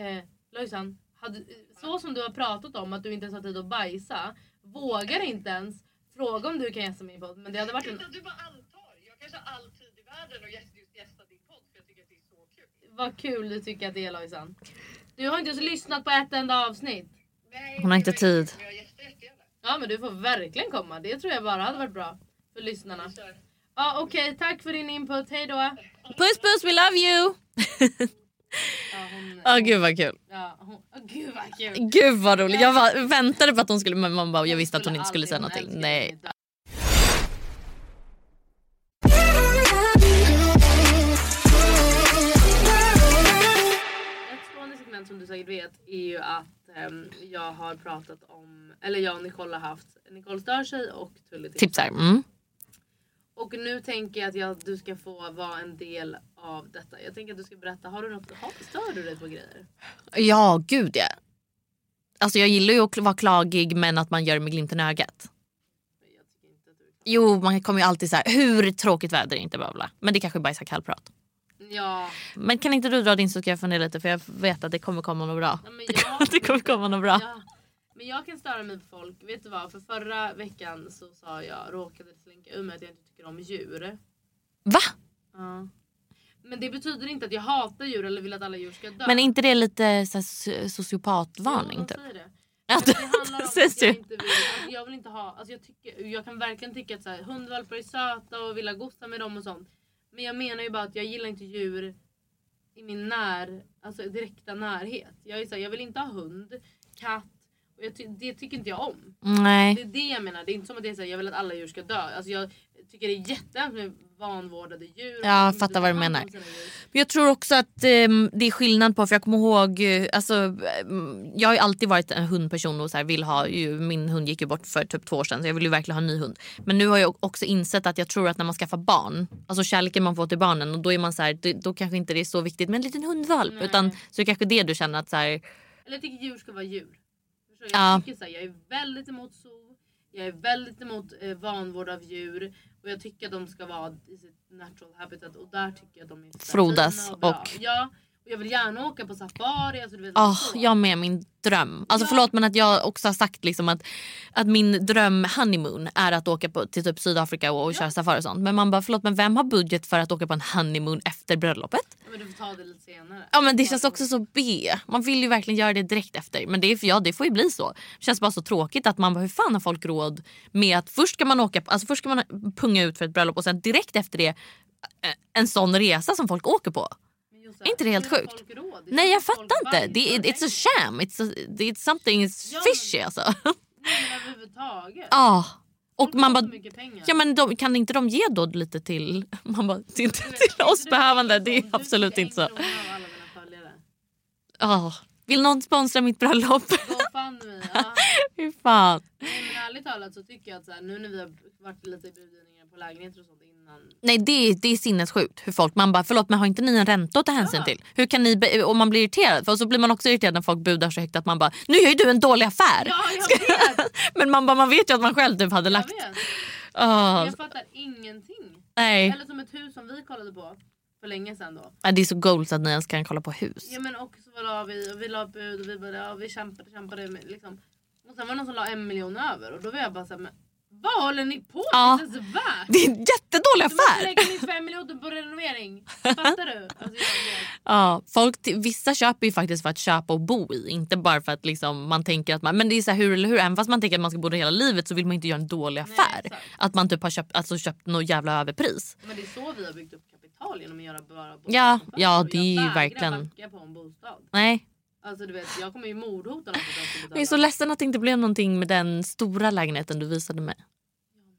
Eh, Lojsan, hade, så som du har pratat om att du inte ens har tid att bajsa. Vågar inte ens fråga om du kan gästa min podd. Men det hade varit en... Utan du bara antar. Jag kanske har all tid i världen och gäst- just gästa din podd för jag tycker att det är så kul. Vad kul du tycker att det är Lojsan. Du har inte ens lyssnat på ett enda avsnitt. Nej, Hon har inte det var kul, tid. men Jag gästar jättegärna. Ja men du får verkligen komma. Det tror jag bara hade varit bra för lyssnarna. Vi kör. Ja okej, tack för din input. Hej då. Ja, Puss puss, we love you! hon, Ja, gud vad kul. ja, hon, åh, gud vad kul. Gud vad roligt. Jag var, väntade på att hon skulle, men man bara, jag visste att hon inte skulle säga aldrig- hon någonting. älskar Nej. dig. Ett stående segment som du säkert vet är ju att ehm, jag har pratat om, eller jag och Nicole har haft Nicole stör sig och Tully tipsar. Tipsar. Mm. Och nu tänker jag att jag, du ska få vara en del av detta. Jag tänker att du ska berätta, har du något, har, stör du dig på grejer? Ja, gud ja. Alltså jag gillar ju att vara klagig men att man gör det med glimten i ögat. Nej, Jag tycker inte att du är Jo, man kommer ju alltid så här, hur tråkigt väder är inte bla bla. Men det kanske är bara är kallprat. klar. Ja, Men kan inte du dra din så ska jag fundera lite för jag vet att det kommer komma något bra. Ja, men Det jag- kommer, det kommer komma något bra. ja. Men jag kan störa mig på folk. Vet du vad? För förra veckan så sa jag, råkade slinka ur mig att jag inte tycker om djur. Va? Ja. Men det betyder inte att jag hatar djur eller vill att alla djur ska dö. Men är inte det lite så här, so- sociopatvarning Ja, de typ? säger det. Ja, Men det handlar om att precis jag ju. inte vill, alltså jag vill inte ha, alltså jag, tycker, jag kan verkligen tycka att så här, hundvalpar är söta och vilja gossa med dem och sånt. Men jag menar ju bara att jag gillar inte djur i min när, alltså direkta närhet. Jag, är så här, jag vill inte ha hund, katt, och jag ty- det tycker inte jag om. Det Nej. är det jag menar, det är inte som att jag, säger, jag vill att alla djur ska dö. Alltså jag tycker det är jättehemskt med vanvårdade djur. och Ja, som fattar inte vad du tar hand menar. om sina djur. Men Jag tror också att ehm, det är skillnad på, för jag kommer ihåg, eh, alltså, ehm, jag har ju alltid varit en hundperson och så här vill ha, ju, min hund gick ju bort för typ två år sedan så jag vill ju verkligen ha en ny hund. Men nu har jag också insett att jag tror att när man skaffar barn, alltså kärleken man får till barnen och då är man så här, det, då kanske inte det är så viktigt med en liten hundvalp Nej. utan så är det kanske det du känner att så här, Eller jag tycker djur ska vara djur. Förstår du? Ja. Jag, tycker så här, jag är väldigt emot zoo. Jag är väldigt emot eh, vanvård av djur. Och jag tycker att de ska vara i sitt natural habitat. Och där tycker jag att de är så här Frodas fina bra. och- Ja. Och jag vill gärna åka på safari. Alltså, du vet, ah så. jag med min dröm. Alltså Ja. förlåt men att jag också har sagt liksom att, att min dröm honeymoon är att åka på, till typ Sydafrika och, och köra safari och sånt. Men man bara förlåt men vem har budget för att åka på en honeymoon efter bröllopet? Ja, Men du får ta det lite senare. Ja men det känns också så B. Man vill ju verkligen göra det direkt efter. Men det, är, ja, det får ju bli så. Det känns bara så tråkigt att man bara, hur fan har folk råd med att först ska man åka, alltså först ska man punga ut för ett bröllop och sen direkt efter det eh, en sån resa som folk åker på. Men just så Är inte det helt hur har sjukt? folk råd? Det är Nej som jag att folk fattar inte. varje Det, är- dag it's a tänker. sham. It's, a, det- it's something is Ja, men- fishy alltså. Ja. Nej, men överhuvudtaget. Och Folk man har bara, så mycket pengar. ja men de, kan inte de ge då lite till, man bara, till, Du vet, till tänkte oss du behövande? tänka Det är om du absolut fick inte så. en krona av alla dina följare? Ja. Vill någon sponsra mitt bröllop? Gott Fan mig. Ja. Fy fan. Nej, men ärligt talat så tycker jag att så här, nu när vi har varit lite i budgivningar på lägenheter och sånt innan. Nej det är, det är sinnessjukt hur folk, man bara förlåt men har inte ni en ränta att ta hänsyn Ja. till? Hur kan ni, be- och man blir irriterad för så blir man också irriterad när folk budar så högt att man bara nu gör ju du en dålig affär. Ja jag vet! Men man, bara, man vet ju att man själv typ hade Jag lagt. vet. Ah, Jag fattar ingenting. nej. Eller som ett hus som vi kollade på för länge sedan då. Nej, Det är så goals att ni ens kan kolla på hus. Ja men och så la vi och vi la bud och vi bara ja, vi kämpade kämpade med, liksom. Och sen var det någon som la en miljon över och då var jag bara såhär men vad håller ni på med? Ja. Det är inte ens värt! Det är en jättedålig Du måste affär. lägga minst fem miljoner på renovering. Fattar du? Alltså, jag, jag. Ja, folk, t- vissa köper ju faktiskt för att köpa och bo i. Inte bara för att liksom, man tänker att man... Men det är så här, hur eller hur. Även fast man tänker att man ska bo där hela livet så vill man inte göra en dålig Nej, affär. exakt. att man typ har köpt, alltså, köpt något jävla överpris. Men det är så vi har byggt upp kapital genom att göra bra bostadsaffärer. Ja, ja, Och det är ju Jag verkligen- backa på en bostad. Nej. Alltså du vet, jag kommer ju mordhota dem för att de ska betala. Jag är så ledsen att det inte blev någonting med den stora lägenheten du visade mig.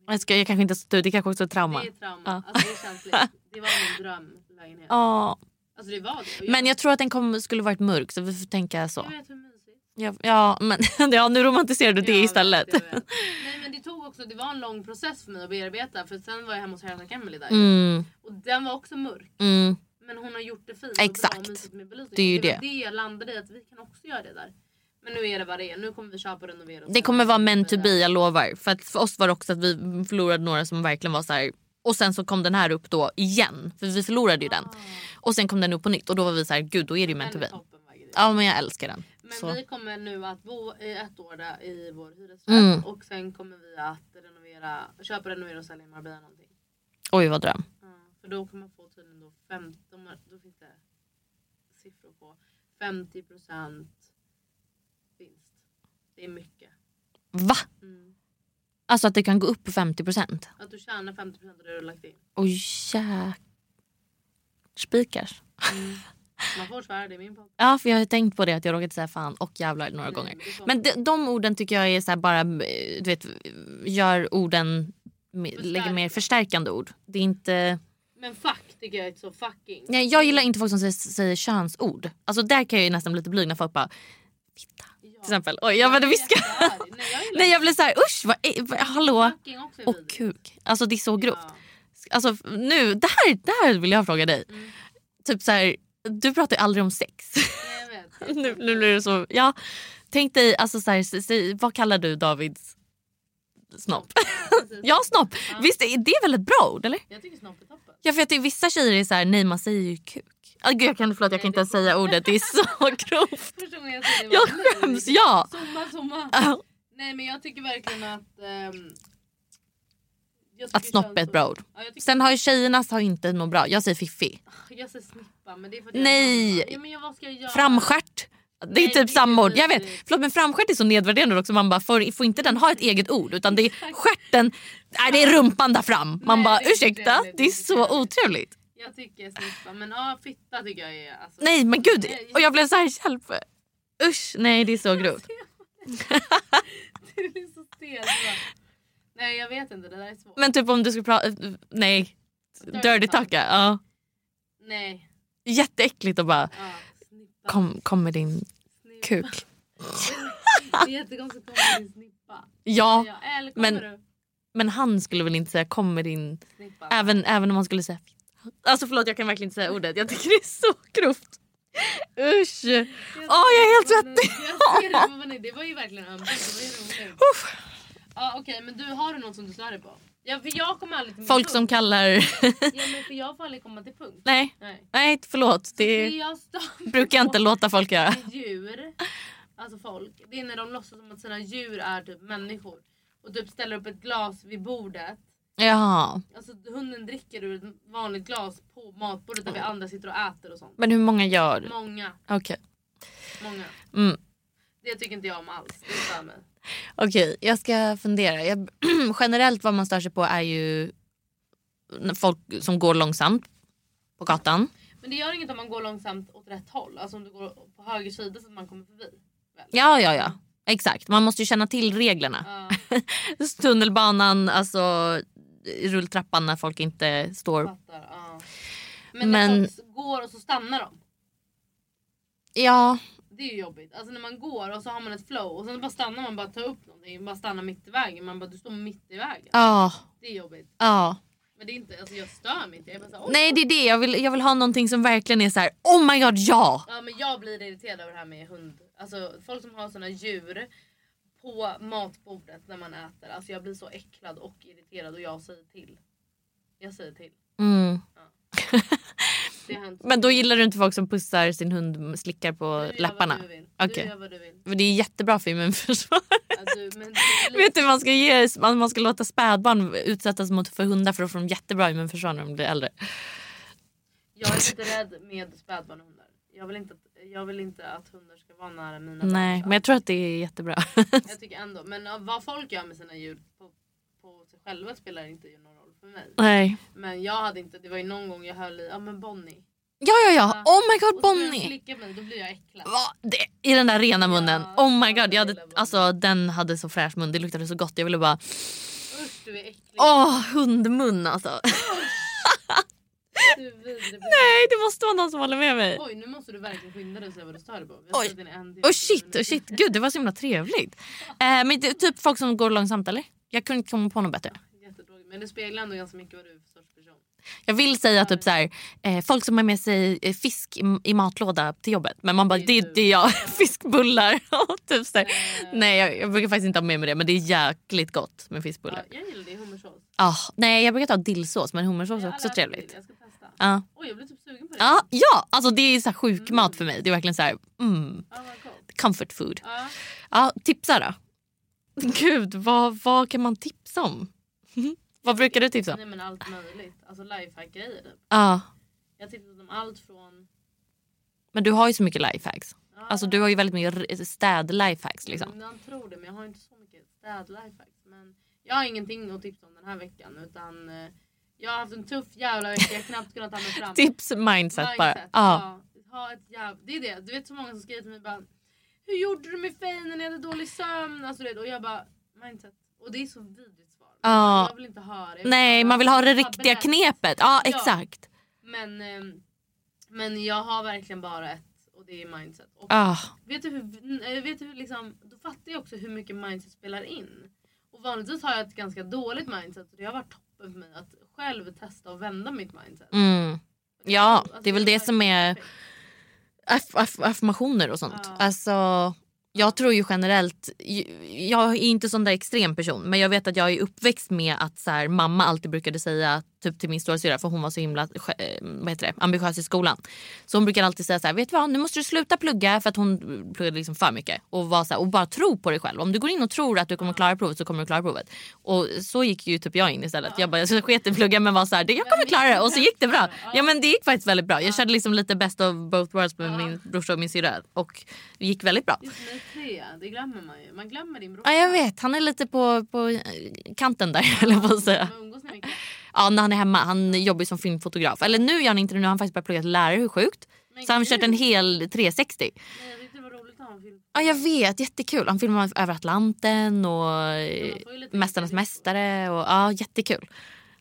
Jag, ska, jag kanske inte ska ta ut, det kanske också är ett trauma. Det är trauma. Ja. Alltså det är känsligt. Det var min drömlägenhet. Ja. Alltså det var det. Och Men jag tror att den kom, skulle varit mörk så vi får tänka så. Jag vet hur mysigt. Ja, ja, men, ja nu romantiserar du det Jag vet, istället. jag vet. Nej men det tog också, det var en lång process för mig att bearbeta för sen var jag hemma hos Hälsan Emily där. Mm, Och den var också mörk. mm. Men hon har gjort det fint och Exakt. bra och mysigt med belysning. Det är ju Och det. var det. det jag landade i att vi kan också göra det där. Men nu är det vad det är. Nu kommer vi köpa och renovera. och Det kommer vara meant to sen- be, jag lovar. För, att för oss var det också att vi förlorade några som verkligen var så här. Och sen så kom den här upp då igen. För vi förlorade ju den. Ah. Och sen kom den upp på nytt och då var vi så här, gud då är det ju meant to Den är be. toppen, vad grejer. Ja men jag älskar den. Men Så. vi kommer nu att bo i ett år där, i vår hyresrätt Mm. och sen kommer vi att renovera, köpa, renovera och sälja i Marbella någonting. Oj vad dröm. Ja, för då kommer man få tydligen då 15, då finns det siffror på 50% vinst. Det är mycket. Va? Mm. Alltså att det kan gå upp på 50 procent? Att du tjänar 50% av det du har lagt in. Oj jäk... Spikars. Mm. Man får svära, det är min podd. Ja för jag har tänkt på det att jag råkat säga fan och jävlar några Nej, gånger. men det är så. Men de, de orden tycker jag är så här bara, eh, du vet, gör orden, me- lägger mer Förstärkande. förstärkande ord. Det är inte... Men fuck tycker jag är så fucking. Nej, jag gillar inte folk som säger, säger könsord. Alltså där kan jag ju nästan bli lite blyg när folk bara fitta till exempel. Oj jag började viska. Nej jag gillar Nej jag blir så här usch vad, är- vad hallå. fucking också är Och vidrigt. kuk. Alltså det är så grovt. Ja. Alltså nu, det här, det här vill jag fråga dig. Mm. Typ så här, du pratar ju aldrig om sex. Nej, jag vet. nu, nu blir det så, ja. Tänk dig, alltså så här, s- s- vad kallar du Davids snopp? Precis. Ja snopp, Ja. visst är det väl ett bra ord eller? Jag tycker snopp är toppen. Ja för att det är vissa tjejer är så här, nej man säger ju kuk. Ah, gud jag kan, förlåt jag kan inte ens säga ordet, det är så grovt. Första gången jag såg det Jag var nu. skäms, ja. Äh. Sommar, sommar. Nej men jag tycker verkligen att... ehm, jag tycker Att snopp är ett bra ord. Ja, jag, tycker, Sen har ju tjejernas har ju inte något bra, jag säger fiffi. jag säger snippa men det är för att jag Nej. är mamma. Ja, men jag, vad ska jag göra? Framstjärt. Det är Nej, typ det är samma ord. Jag vet, vidrigt. förlåt men framstjärt är så nedvärderande också. Man bara, får, får inte den ha ett eget ord? Utan det är stjärten, nej det är rumpan där fram. Man Nej, bara det är inte ursäkta, trevligt, det är det är inte så otrevligt. Jag tycker snippa men ja fitta tycker jag är... Alltså, Nej men gud, Nej. och jag blev så här hjälp. Usch, nej det är så grovt. Det är så stelt. va? Nej jag vet inte det där är svårt. Men typ om du skulle prata, nej. Dirty tacka, ja. Nej. Jätteäckligt och bara Ja, snippa. kom, kom med din snippa. kuk. Det är jättekonstigt att komma med snippa. Ja, Ja, eller kommer men- du? men han skulle väl inte säga kom med din, Snippa. även, även om han skulle säga fitta. Alltså förlåt jag kan verkligen inte säga ordet, jag tycker det är så grovt. Usch. Åh Åh, jag är helt svettig. Jag ser det, men vad ni- det var ju verkligen ömt. Det var ju roligt. Uff. Ja, Okej men du har du något som du stör dig på? Ja, för jag kommer aldrig till min Folk punkt. som kallar... Ja, men för jag får aldrig komma till punkt. Nej, Nej. nej förlåt. Det Det jag stör mig brukar jag inte på låta folk göra. med djur, alltså folk, det är när de låtsas som att sina djur är typ människor. Och typ ställer upp ett glas vid bordet. Jaha. Alltså hunden dricker ur ett vanligt glas på matbordet där vi andra sitter och äter och sånt. Men hur många gör du? Många, Okej. många. Mm. Det tycker inte jag om alls. Det stör mig. Okej, jag ska fundera. Jag, generellt vad man stör sig på är ju när folk som går långsamt på gatan. Men det gör inget om man går långsamt åt rätt håll. Alltså om du går på höger sida så att man kommer förbi. Väl? Ja, ja, ja. Exakt, man måste ju känna till reglerna. Ja, Tunnelbanan, alltså rulltrappan när folk inte står. fattar. Ja. Men när Men- folk går och så stannar de. Ja, Det det är ju jobbigt. Alltså när man går och så har man ett flow och sen bara stannar man bara tar upp någonting. Bara stannar mitt i vägen. Man bara du står mitt i vägen. Ja, Det är jobbigt. ja. Men det är inte, alltså jag stör mig inte. Jag bara så här, "Oj." Nej det är det, jag vill, jag vill ha någonting som verkligen är så här: oh my god ja! Ja men jag blir irriterad över det här med hund. Alltså folk som har såna djur på matbordet när man äter. Alltså jag blir så äcklad och irriterad och jag säger till. Jag säger till. Mm. Det har hänt. Men då gillar du inte folk som pussar sin hund, slickar på Du gör läpparna? vad Du, vill. Okej. du gör vad du vill. För det är jättebra för immunförsvaret. Ja, du, men du, Vet du man ska ge, man, man ska låta spädbarn utsättas mot för hundar för då får de jättebra immunförsvar när de blir äldre. jag är inte rädd med spädbarn och hundar. Jag vill, inte, att- jag vill inte att hundar ska vara nära mina Nej barn. men jag tror att det är jättebra. Jag tycker ändå. Men ja, vad folk gör med sina djur på, på sig själva spelar inte ju någon roll för mig. Nej. Men jag hade inte, det var ju någon gång jag höll i, ja men Bonnie. Ja ja ja, oh my god Och så börjar jag Bonnie! slicka mig, då blir jag äcklad. Va? Det, I den där rena munnen. Ja, oh my god, jag lilla hade, Bonnie. alltså, den hade så fräsch mun, det luktade så gott. Jag ville bara, Usch du är äcklig. åh hundmun alltså. Du är vidrig. Nej det måste vara någon som håller med mig. Oj nu måste du verkligen skynda dig och säga vad du stör dig på. Vi Oj. har spelat in en till Och tio shit, minuter. och shit, gud det var så himla trevligt. Eh, men det, är typ folk som går långsamt eller? Jag kunde inte komma på något bättre. Jättetråkigt. Men det speglar ändå ganska mycket vad du är för sorts person. Jag vill säga typ så här, eh, folk som har med sig eh, fisk i, i matlåda till jobbet. Men man bara, Det är det, du. det är jag. Fiskbullar och typ så här. Eh, Nej jag, jag brukar faktiskt inte ha med mig det men det är jäkligt gott med Eh, ja, fiskbullar. jag gillar det, hummersås. Ah, nej jag brukar ta dillsås men hummersås är Jag har också aldrig ätit trevligt. det, Jag ska testa. Ja, Oj jag blev typ sugen på det. ja, ja, alltså det är så här sjuk mat för mig. Det är verkligen så här, mm, Ja, vad gott. comfort food. Ja. Ja, tipsa då. Gud, vad, vad kan man tipsa om? vad brukar du tipsa om? Nej men allt möjligt. Alltså lifehack-grejer typ. Ja, Jag tipsade om allt från... men du har ju så mycket lifehacks. Ja, Alltså du har ju väldigt mycket r- städ-lifehacks liksom. Man tror det men jag har inte så mycket städ-lifehacks. Men jag har ingenting att tipsa om den här veckan utan eh, jag har haft en tuff jävla vecka. Jag har knappt kunnat ta mig fram. Tips mindset, Typ bara. Mindset, Ja. ja. Ha ett jäv... Det är det. Du vet så många som skriver till mig bara Hur gjorde du med fejen när jag hade dålig sömn? Alltså, du vet, och jag bara mindset. Och det är så vidrigt svar. Alltså, Ja. Jag vill inte höra. Jag vill Nej, höra man vill ha det tabbeln. riktiga knepet. Ja, Ja. exakt. Men, ehm, men jag har verkligen bara ett och det är mindset. Och Ja, vet du hur, eh, vet du hur liksom, då fattar jag också hur mycket mindset spelar in. Och vanligtvis har jag ett ganska dåligt mindset och det har varit toppen för mig att själv testa och vända mitt mindset. mm. Ja, det är väl det verkligen som är- perfekt. aff- aff- affirmationer och sånt. Ja. Alltså, jag tror ju generellt, ju- jag är inte sån där extrem person men jag vet att jag är uppväxt med att så här, mamma alltid brukade säga typ till min storasyrra för hon var så himla sj- eh, vad heter det, ambitiös i skolan. Så hon brukade alltid säga så här, vet du vad nu måste du sluta plugga för att hon pluggade liksom för mycket och, var så här, och bara tro på dig själv. Om du går in och tror att du kommer klara provet så kommer du klara provet. Och så gick ju typ jag in istället. Jag bara jag sket i plugga men var så här, "Det- jag kommer klara det och så gick det bra. Ja men det gick faktiskt väldigt bra. Jag körde liksom lite best of both worlds med min brorsa och min syrra och det gick väldigt bra. Just ni tre, det glömmer man ju. Man glömmer din bror. Ja jag vet, han är lite på, på eh, kanten där höll jag på att säga. Men umgås ni mycket? Ja när han är hemma, han jobbar ju som filmfotograf. Eller nu gör han inte det, nu har han faktiskt börjat plugga till lärare, hur sjukt? Men Så han har gud. kört en hel 360. Nej, jag tyckte det var roligt att ha en film. Ja jag vet, jättekul. Han filmar över Atlanten och Ja, eh, man får ju lite Mästarnas inspiration. mästare. Och, ja jättekul.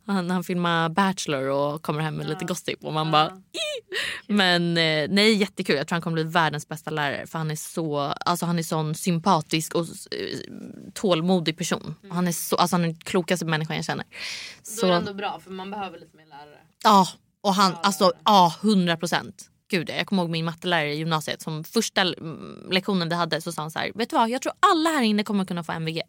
Han, han filmar Bachelor och kommer hem med lite Ja. gossip och man bara Men eh, nej jättekul. Jag tror han kommer bli världens bästa lärare. För han är så alltså, han är sån sympatisk och eh, tålmodig person. Han är så, alltså, han är den klokaste människan jag känner. Mm. Då Så, är det ja, ändå bra för man behöver lite mer lärare. och han, Bra alltså lärare. ja, 100 procent. Gud, jag kommer ihåg min mattelärare i gymnasiet som första mm, lektionen vi hade så sa han så här, vet du vad, jag tror alla här inne kommer kunna få MVG.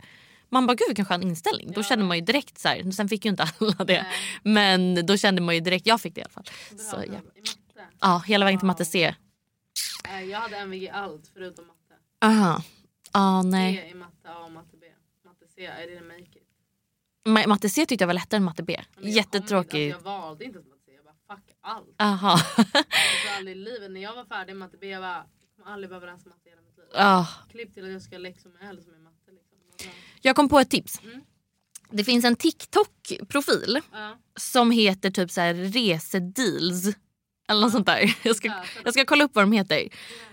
Man bara gud vilken skön inställning. Då Ja. kände man ju direkt så här, sen fick ju inte alla det. Nej. Men då kände man ju direkt, jag fick det i alla fall. Bra, så bra, ja. bra. I matte. ja, hela vägen till Wow. matte C. Eh, Jag hade MVG i allt förutom matte. Aha. Ja, nej. E i matte A och matte B. Matte C, I didn't make it. Ma- Matte C tyckte jag var lättare än matte B. Men jag kom inte- Jättetråkig. Alltså jag valde inte ens matte C. Jag bara fuck allt. Aha. Jag tror aldrig i livet. När jag var färdig med matte B jag bara jag kommer aldrig behöva läsa matte i hela mitt liv. Ah. Klipp till att jag ska ha läxor med L som är matte liksom. Vad bra. Jag kom på ett tips. Mm. Det finns en TikTok-profil Ja, som heter typ så här resedeals. Eller något sånt där. Jag ska, ja, så- jag ska kolla upp vad de heter.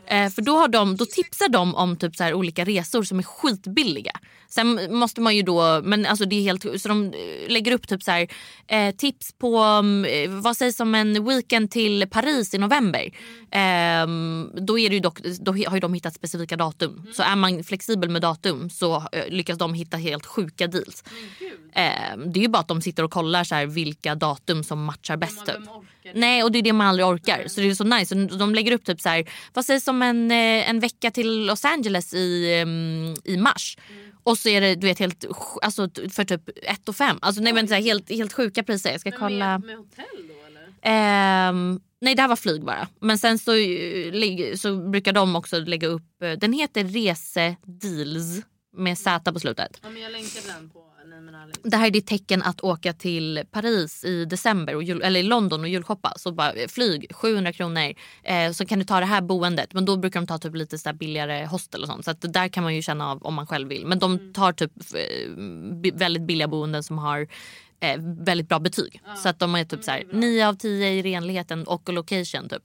Eh, för då, har de, då tipsar de om typ så här olika resor som är skitbilliga. Sen måste man ju då, men alltså det är helt så de eh, lägger upp typ så här, eh, tips på mm, eh, vad sägs om en weekend till Paris i november. Ehm, då, är det ju dock, då har ju de hittat specifika datum. Mm. Så är man flexibel med datum så eh, lyckas de hitta helt sjuka deals. Men gud. Ehm, det är ju bara att de sitter och kollar så här vilka datum som matchar bäst. man- Mm. typ. vem orkar det? Nej och det är det man aldrig orkar. Nej. Så det är så nice. Och De lägger upp typ så här, vad sägs om en, eh, en vecka till Los Angeles i, ehm, i mars. Mm. Och så är det du vet helt, sj- alltså t- för typ 1 och 5. Alltså nej men så här, helt, helt sjuka priser. Jag ska Men kolla. Med, med hotell då eller? Ehm, nej det här var flyg bara. Men sen så, eh, lig- så brukar de också lägga upp, eh, den heter resedeals med Z på slutet. Ja, men jag länkar den på Nej men Alex. Det här är ditt tecken att åka till Paris i december och jul, eller London och julshoppa. Så bara eh, flyg 700 kronor eh, så kan du ta det här boendet. Men då brukar de ta typ lite så här billigare hostel och sånt. Så att det där kan man ju känna av om man själv vill. Men Mm. de tar typ eh, bi- väldigt billiga boenden som har eh, väldigt bra betyg. Så att de är Mm, typ så här 9 av 10 i renligheten och location typ.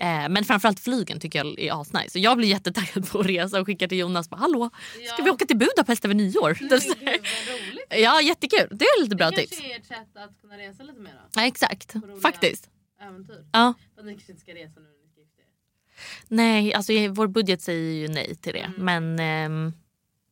eh, men framförallt flygen tycker jag är asnice. Så jag blir jättetaggad på att resa och skickar till Jonas bara hallå ska Ja. vi åka till Budapest över nyår? Nej, men gud vad roligt. Ja, jättekul. Det är lite bra det tips. kanske är ert sätt att kunna resa lite mer då? Ja, exakt. roliga. Faktiskt. Äventyr. Ja. Fast ni kanske inte ska resa nu när ni ska gifta er. Nej, alltså eh, vår budget säger ju nej till det. Mm. Men, ehm,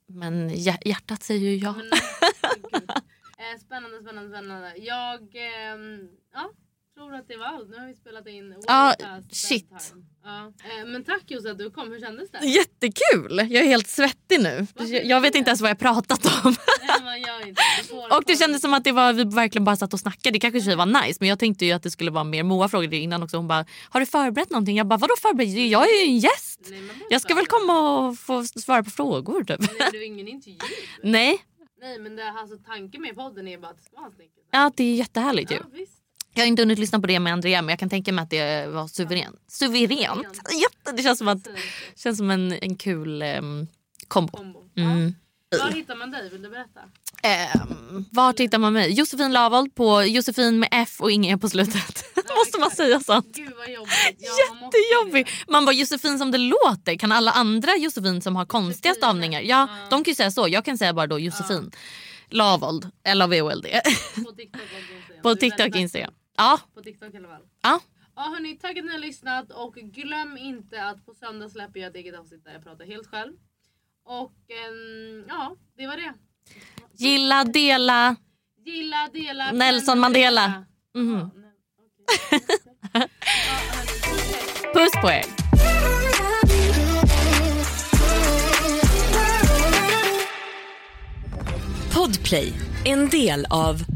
men hjär- hjärtat säger ju ja. Men, gud. Eh, spännande, spännande, spännande. Jag ehm, ja, tror att det var allt. Nu har vi spelat in way Ja, past that shit. time. Ja. Eh, men tack Jose att du kom. Hur kändes det? Jättekul! Jag är helt svettig nu. Varför Jag jag vet det? inte ens vad jag pratat om. Nej, man gör inte. Du får- Och det kändes som att det var, vi verkligen bara satt och snackade. Det kanske i och för sig var nice men jag tänkte ju att det skulle vara mer. Moa frågade innan också. Hon bara, har du förberett någonting? Jag bara, vadå förberett? Jag är ju en gäst. Nej, man måste Jag ska väl bara- komma och få svara på frågor typ. Nej, det är ingen intervju. Nej, Nej men det, alltså, tanken med podden är bara att det ska vara en snickelse. ja, det är jättehärligt ju. Ja, visst. Jag har inte hunnit lyssna på det med Andrea men jag kan tänka mig att det var suverän. suveränt. Jätte, det känns som, att, Säg inte. känns som en, en kul um, kombo. Kombo. Mm. Ja. Var hittar man dig? Vill du berätta? Ehm, var tittar man mig? Josefin Lavold på Josefin med F och inga E på slutet. Måste man exakt. säga sånt? Gud vad jobbigt. Ja, man måste Jättejobbig. det. Man bara Josefin som det låter. Kan alla andra Josefin som har konstiga Josefin. stavningar? Ja, Ja. de kan ju säga så. Jag kan säga bara då Josefin Lavold. L-A-V-O-L-D. På TikTok och Instagram. Du på är TikTok väldigt och Instagram. Ja, aktiv På TikTok i alla fall. ja. Ja hörni, tack att ni har lyssnat och glöm inte att på söndag släpper jag ett eget avsnitt där jag pratar helt själv. Och ehm, ja, det var det. Gilla, dela. Gilla, dela, Nelson prenumerera. Mandela. Mhm. Ja, nej, okej. ja, hörni, fortsätt. Puss på er. Podplay, en del av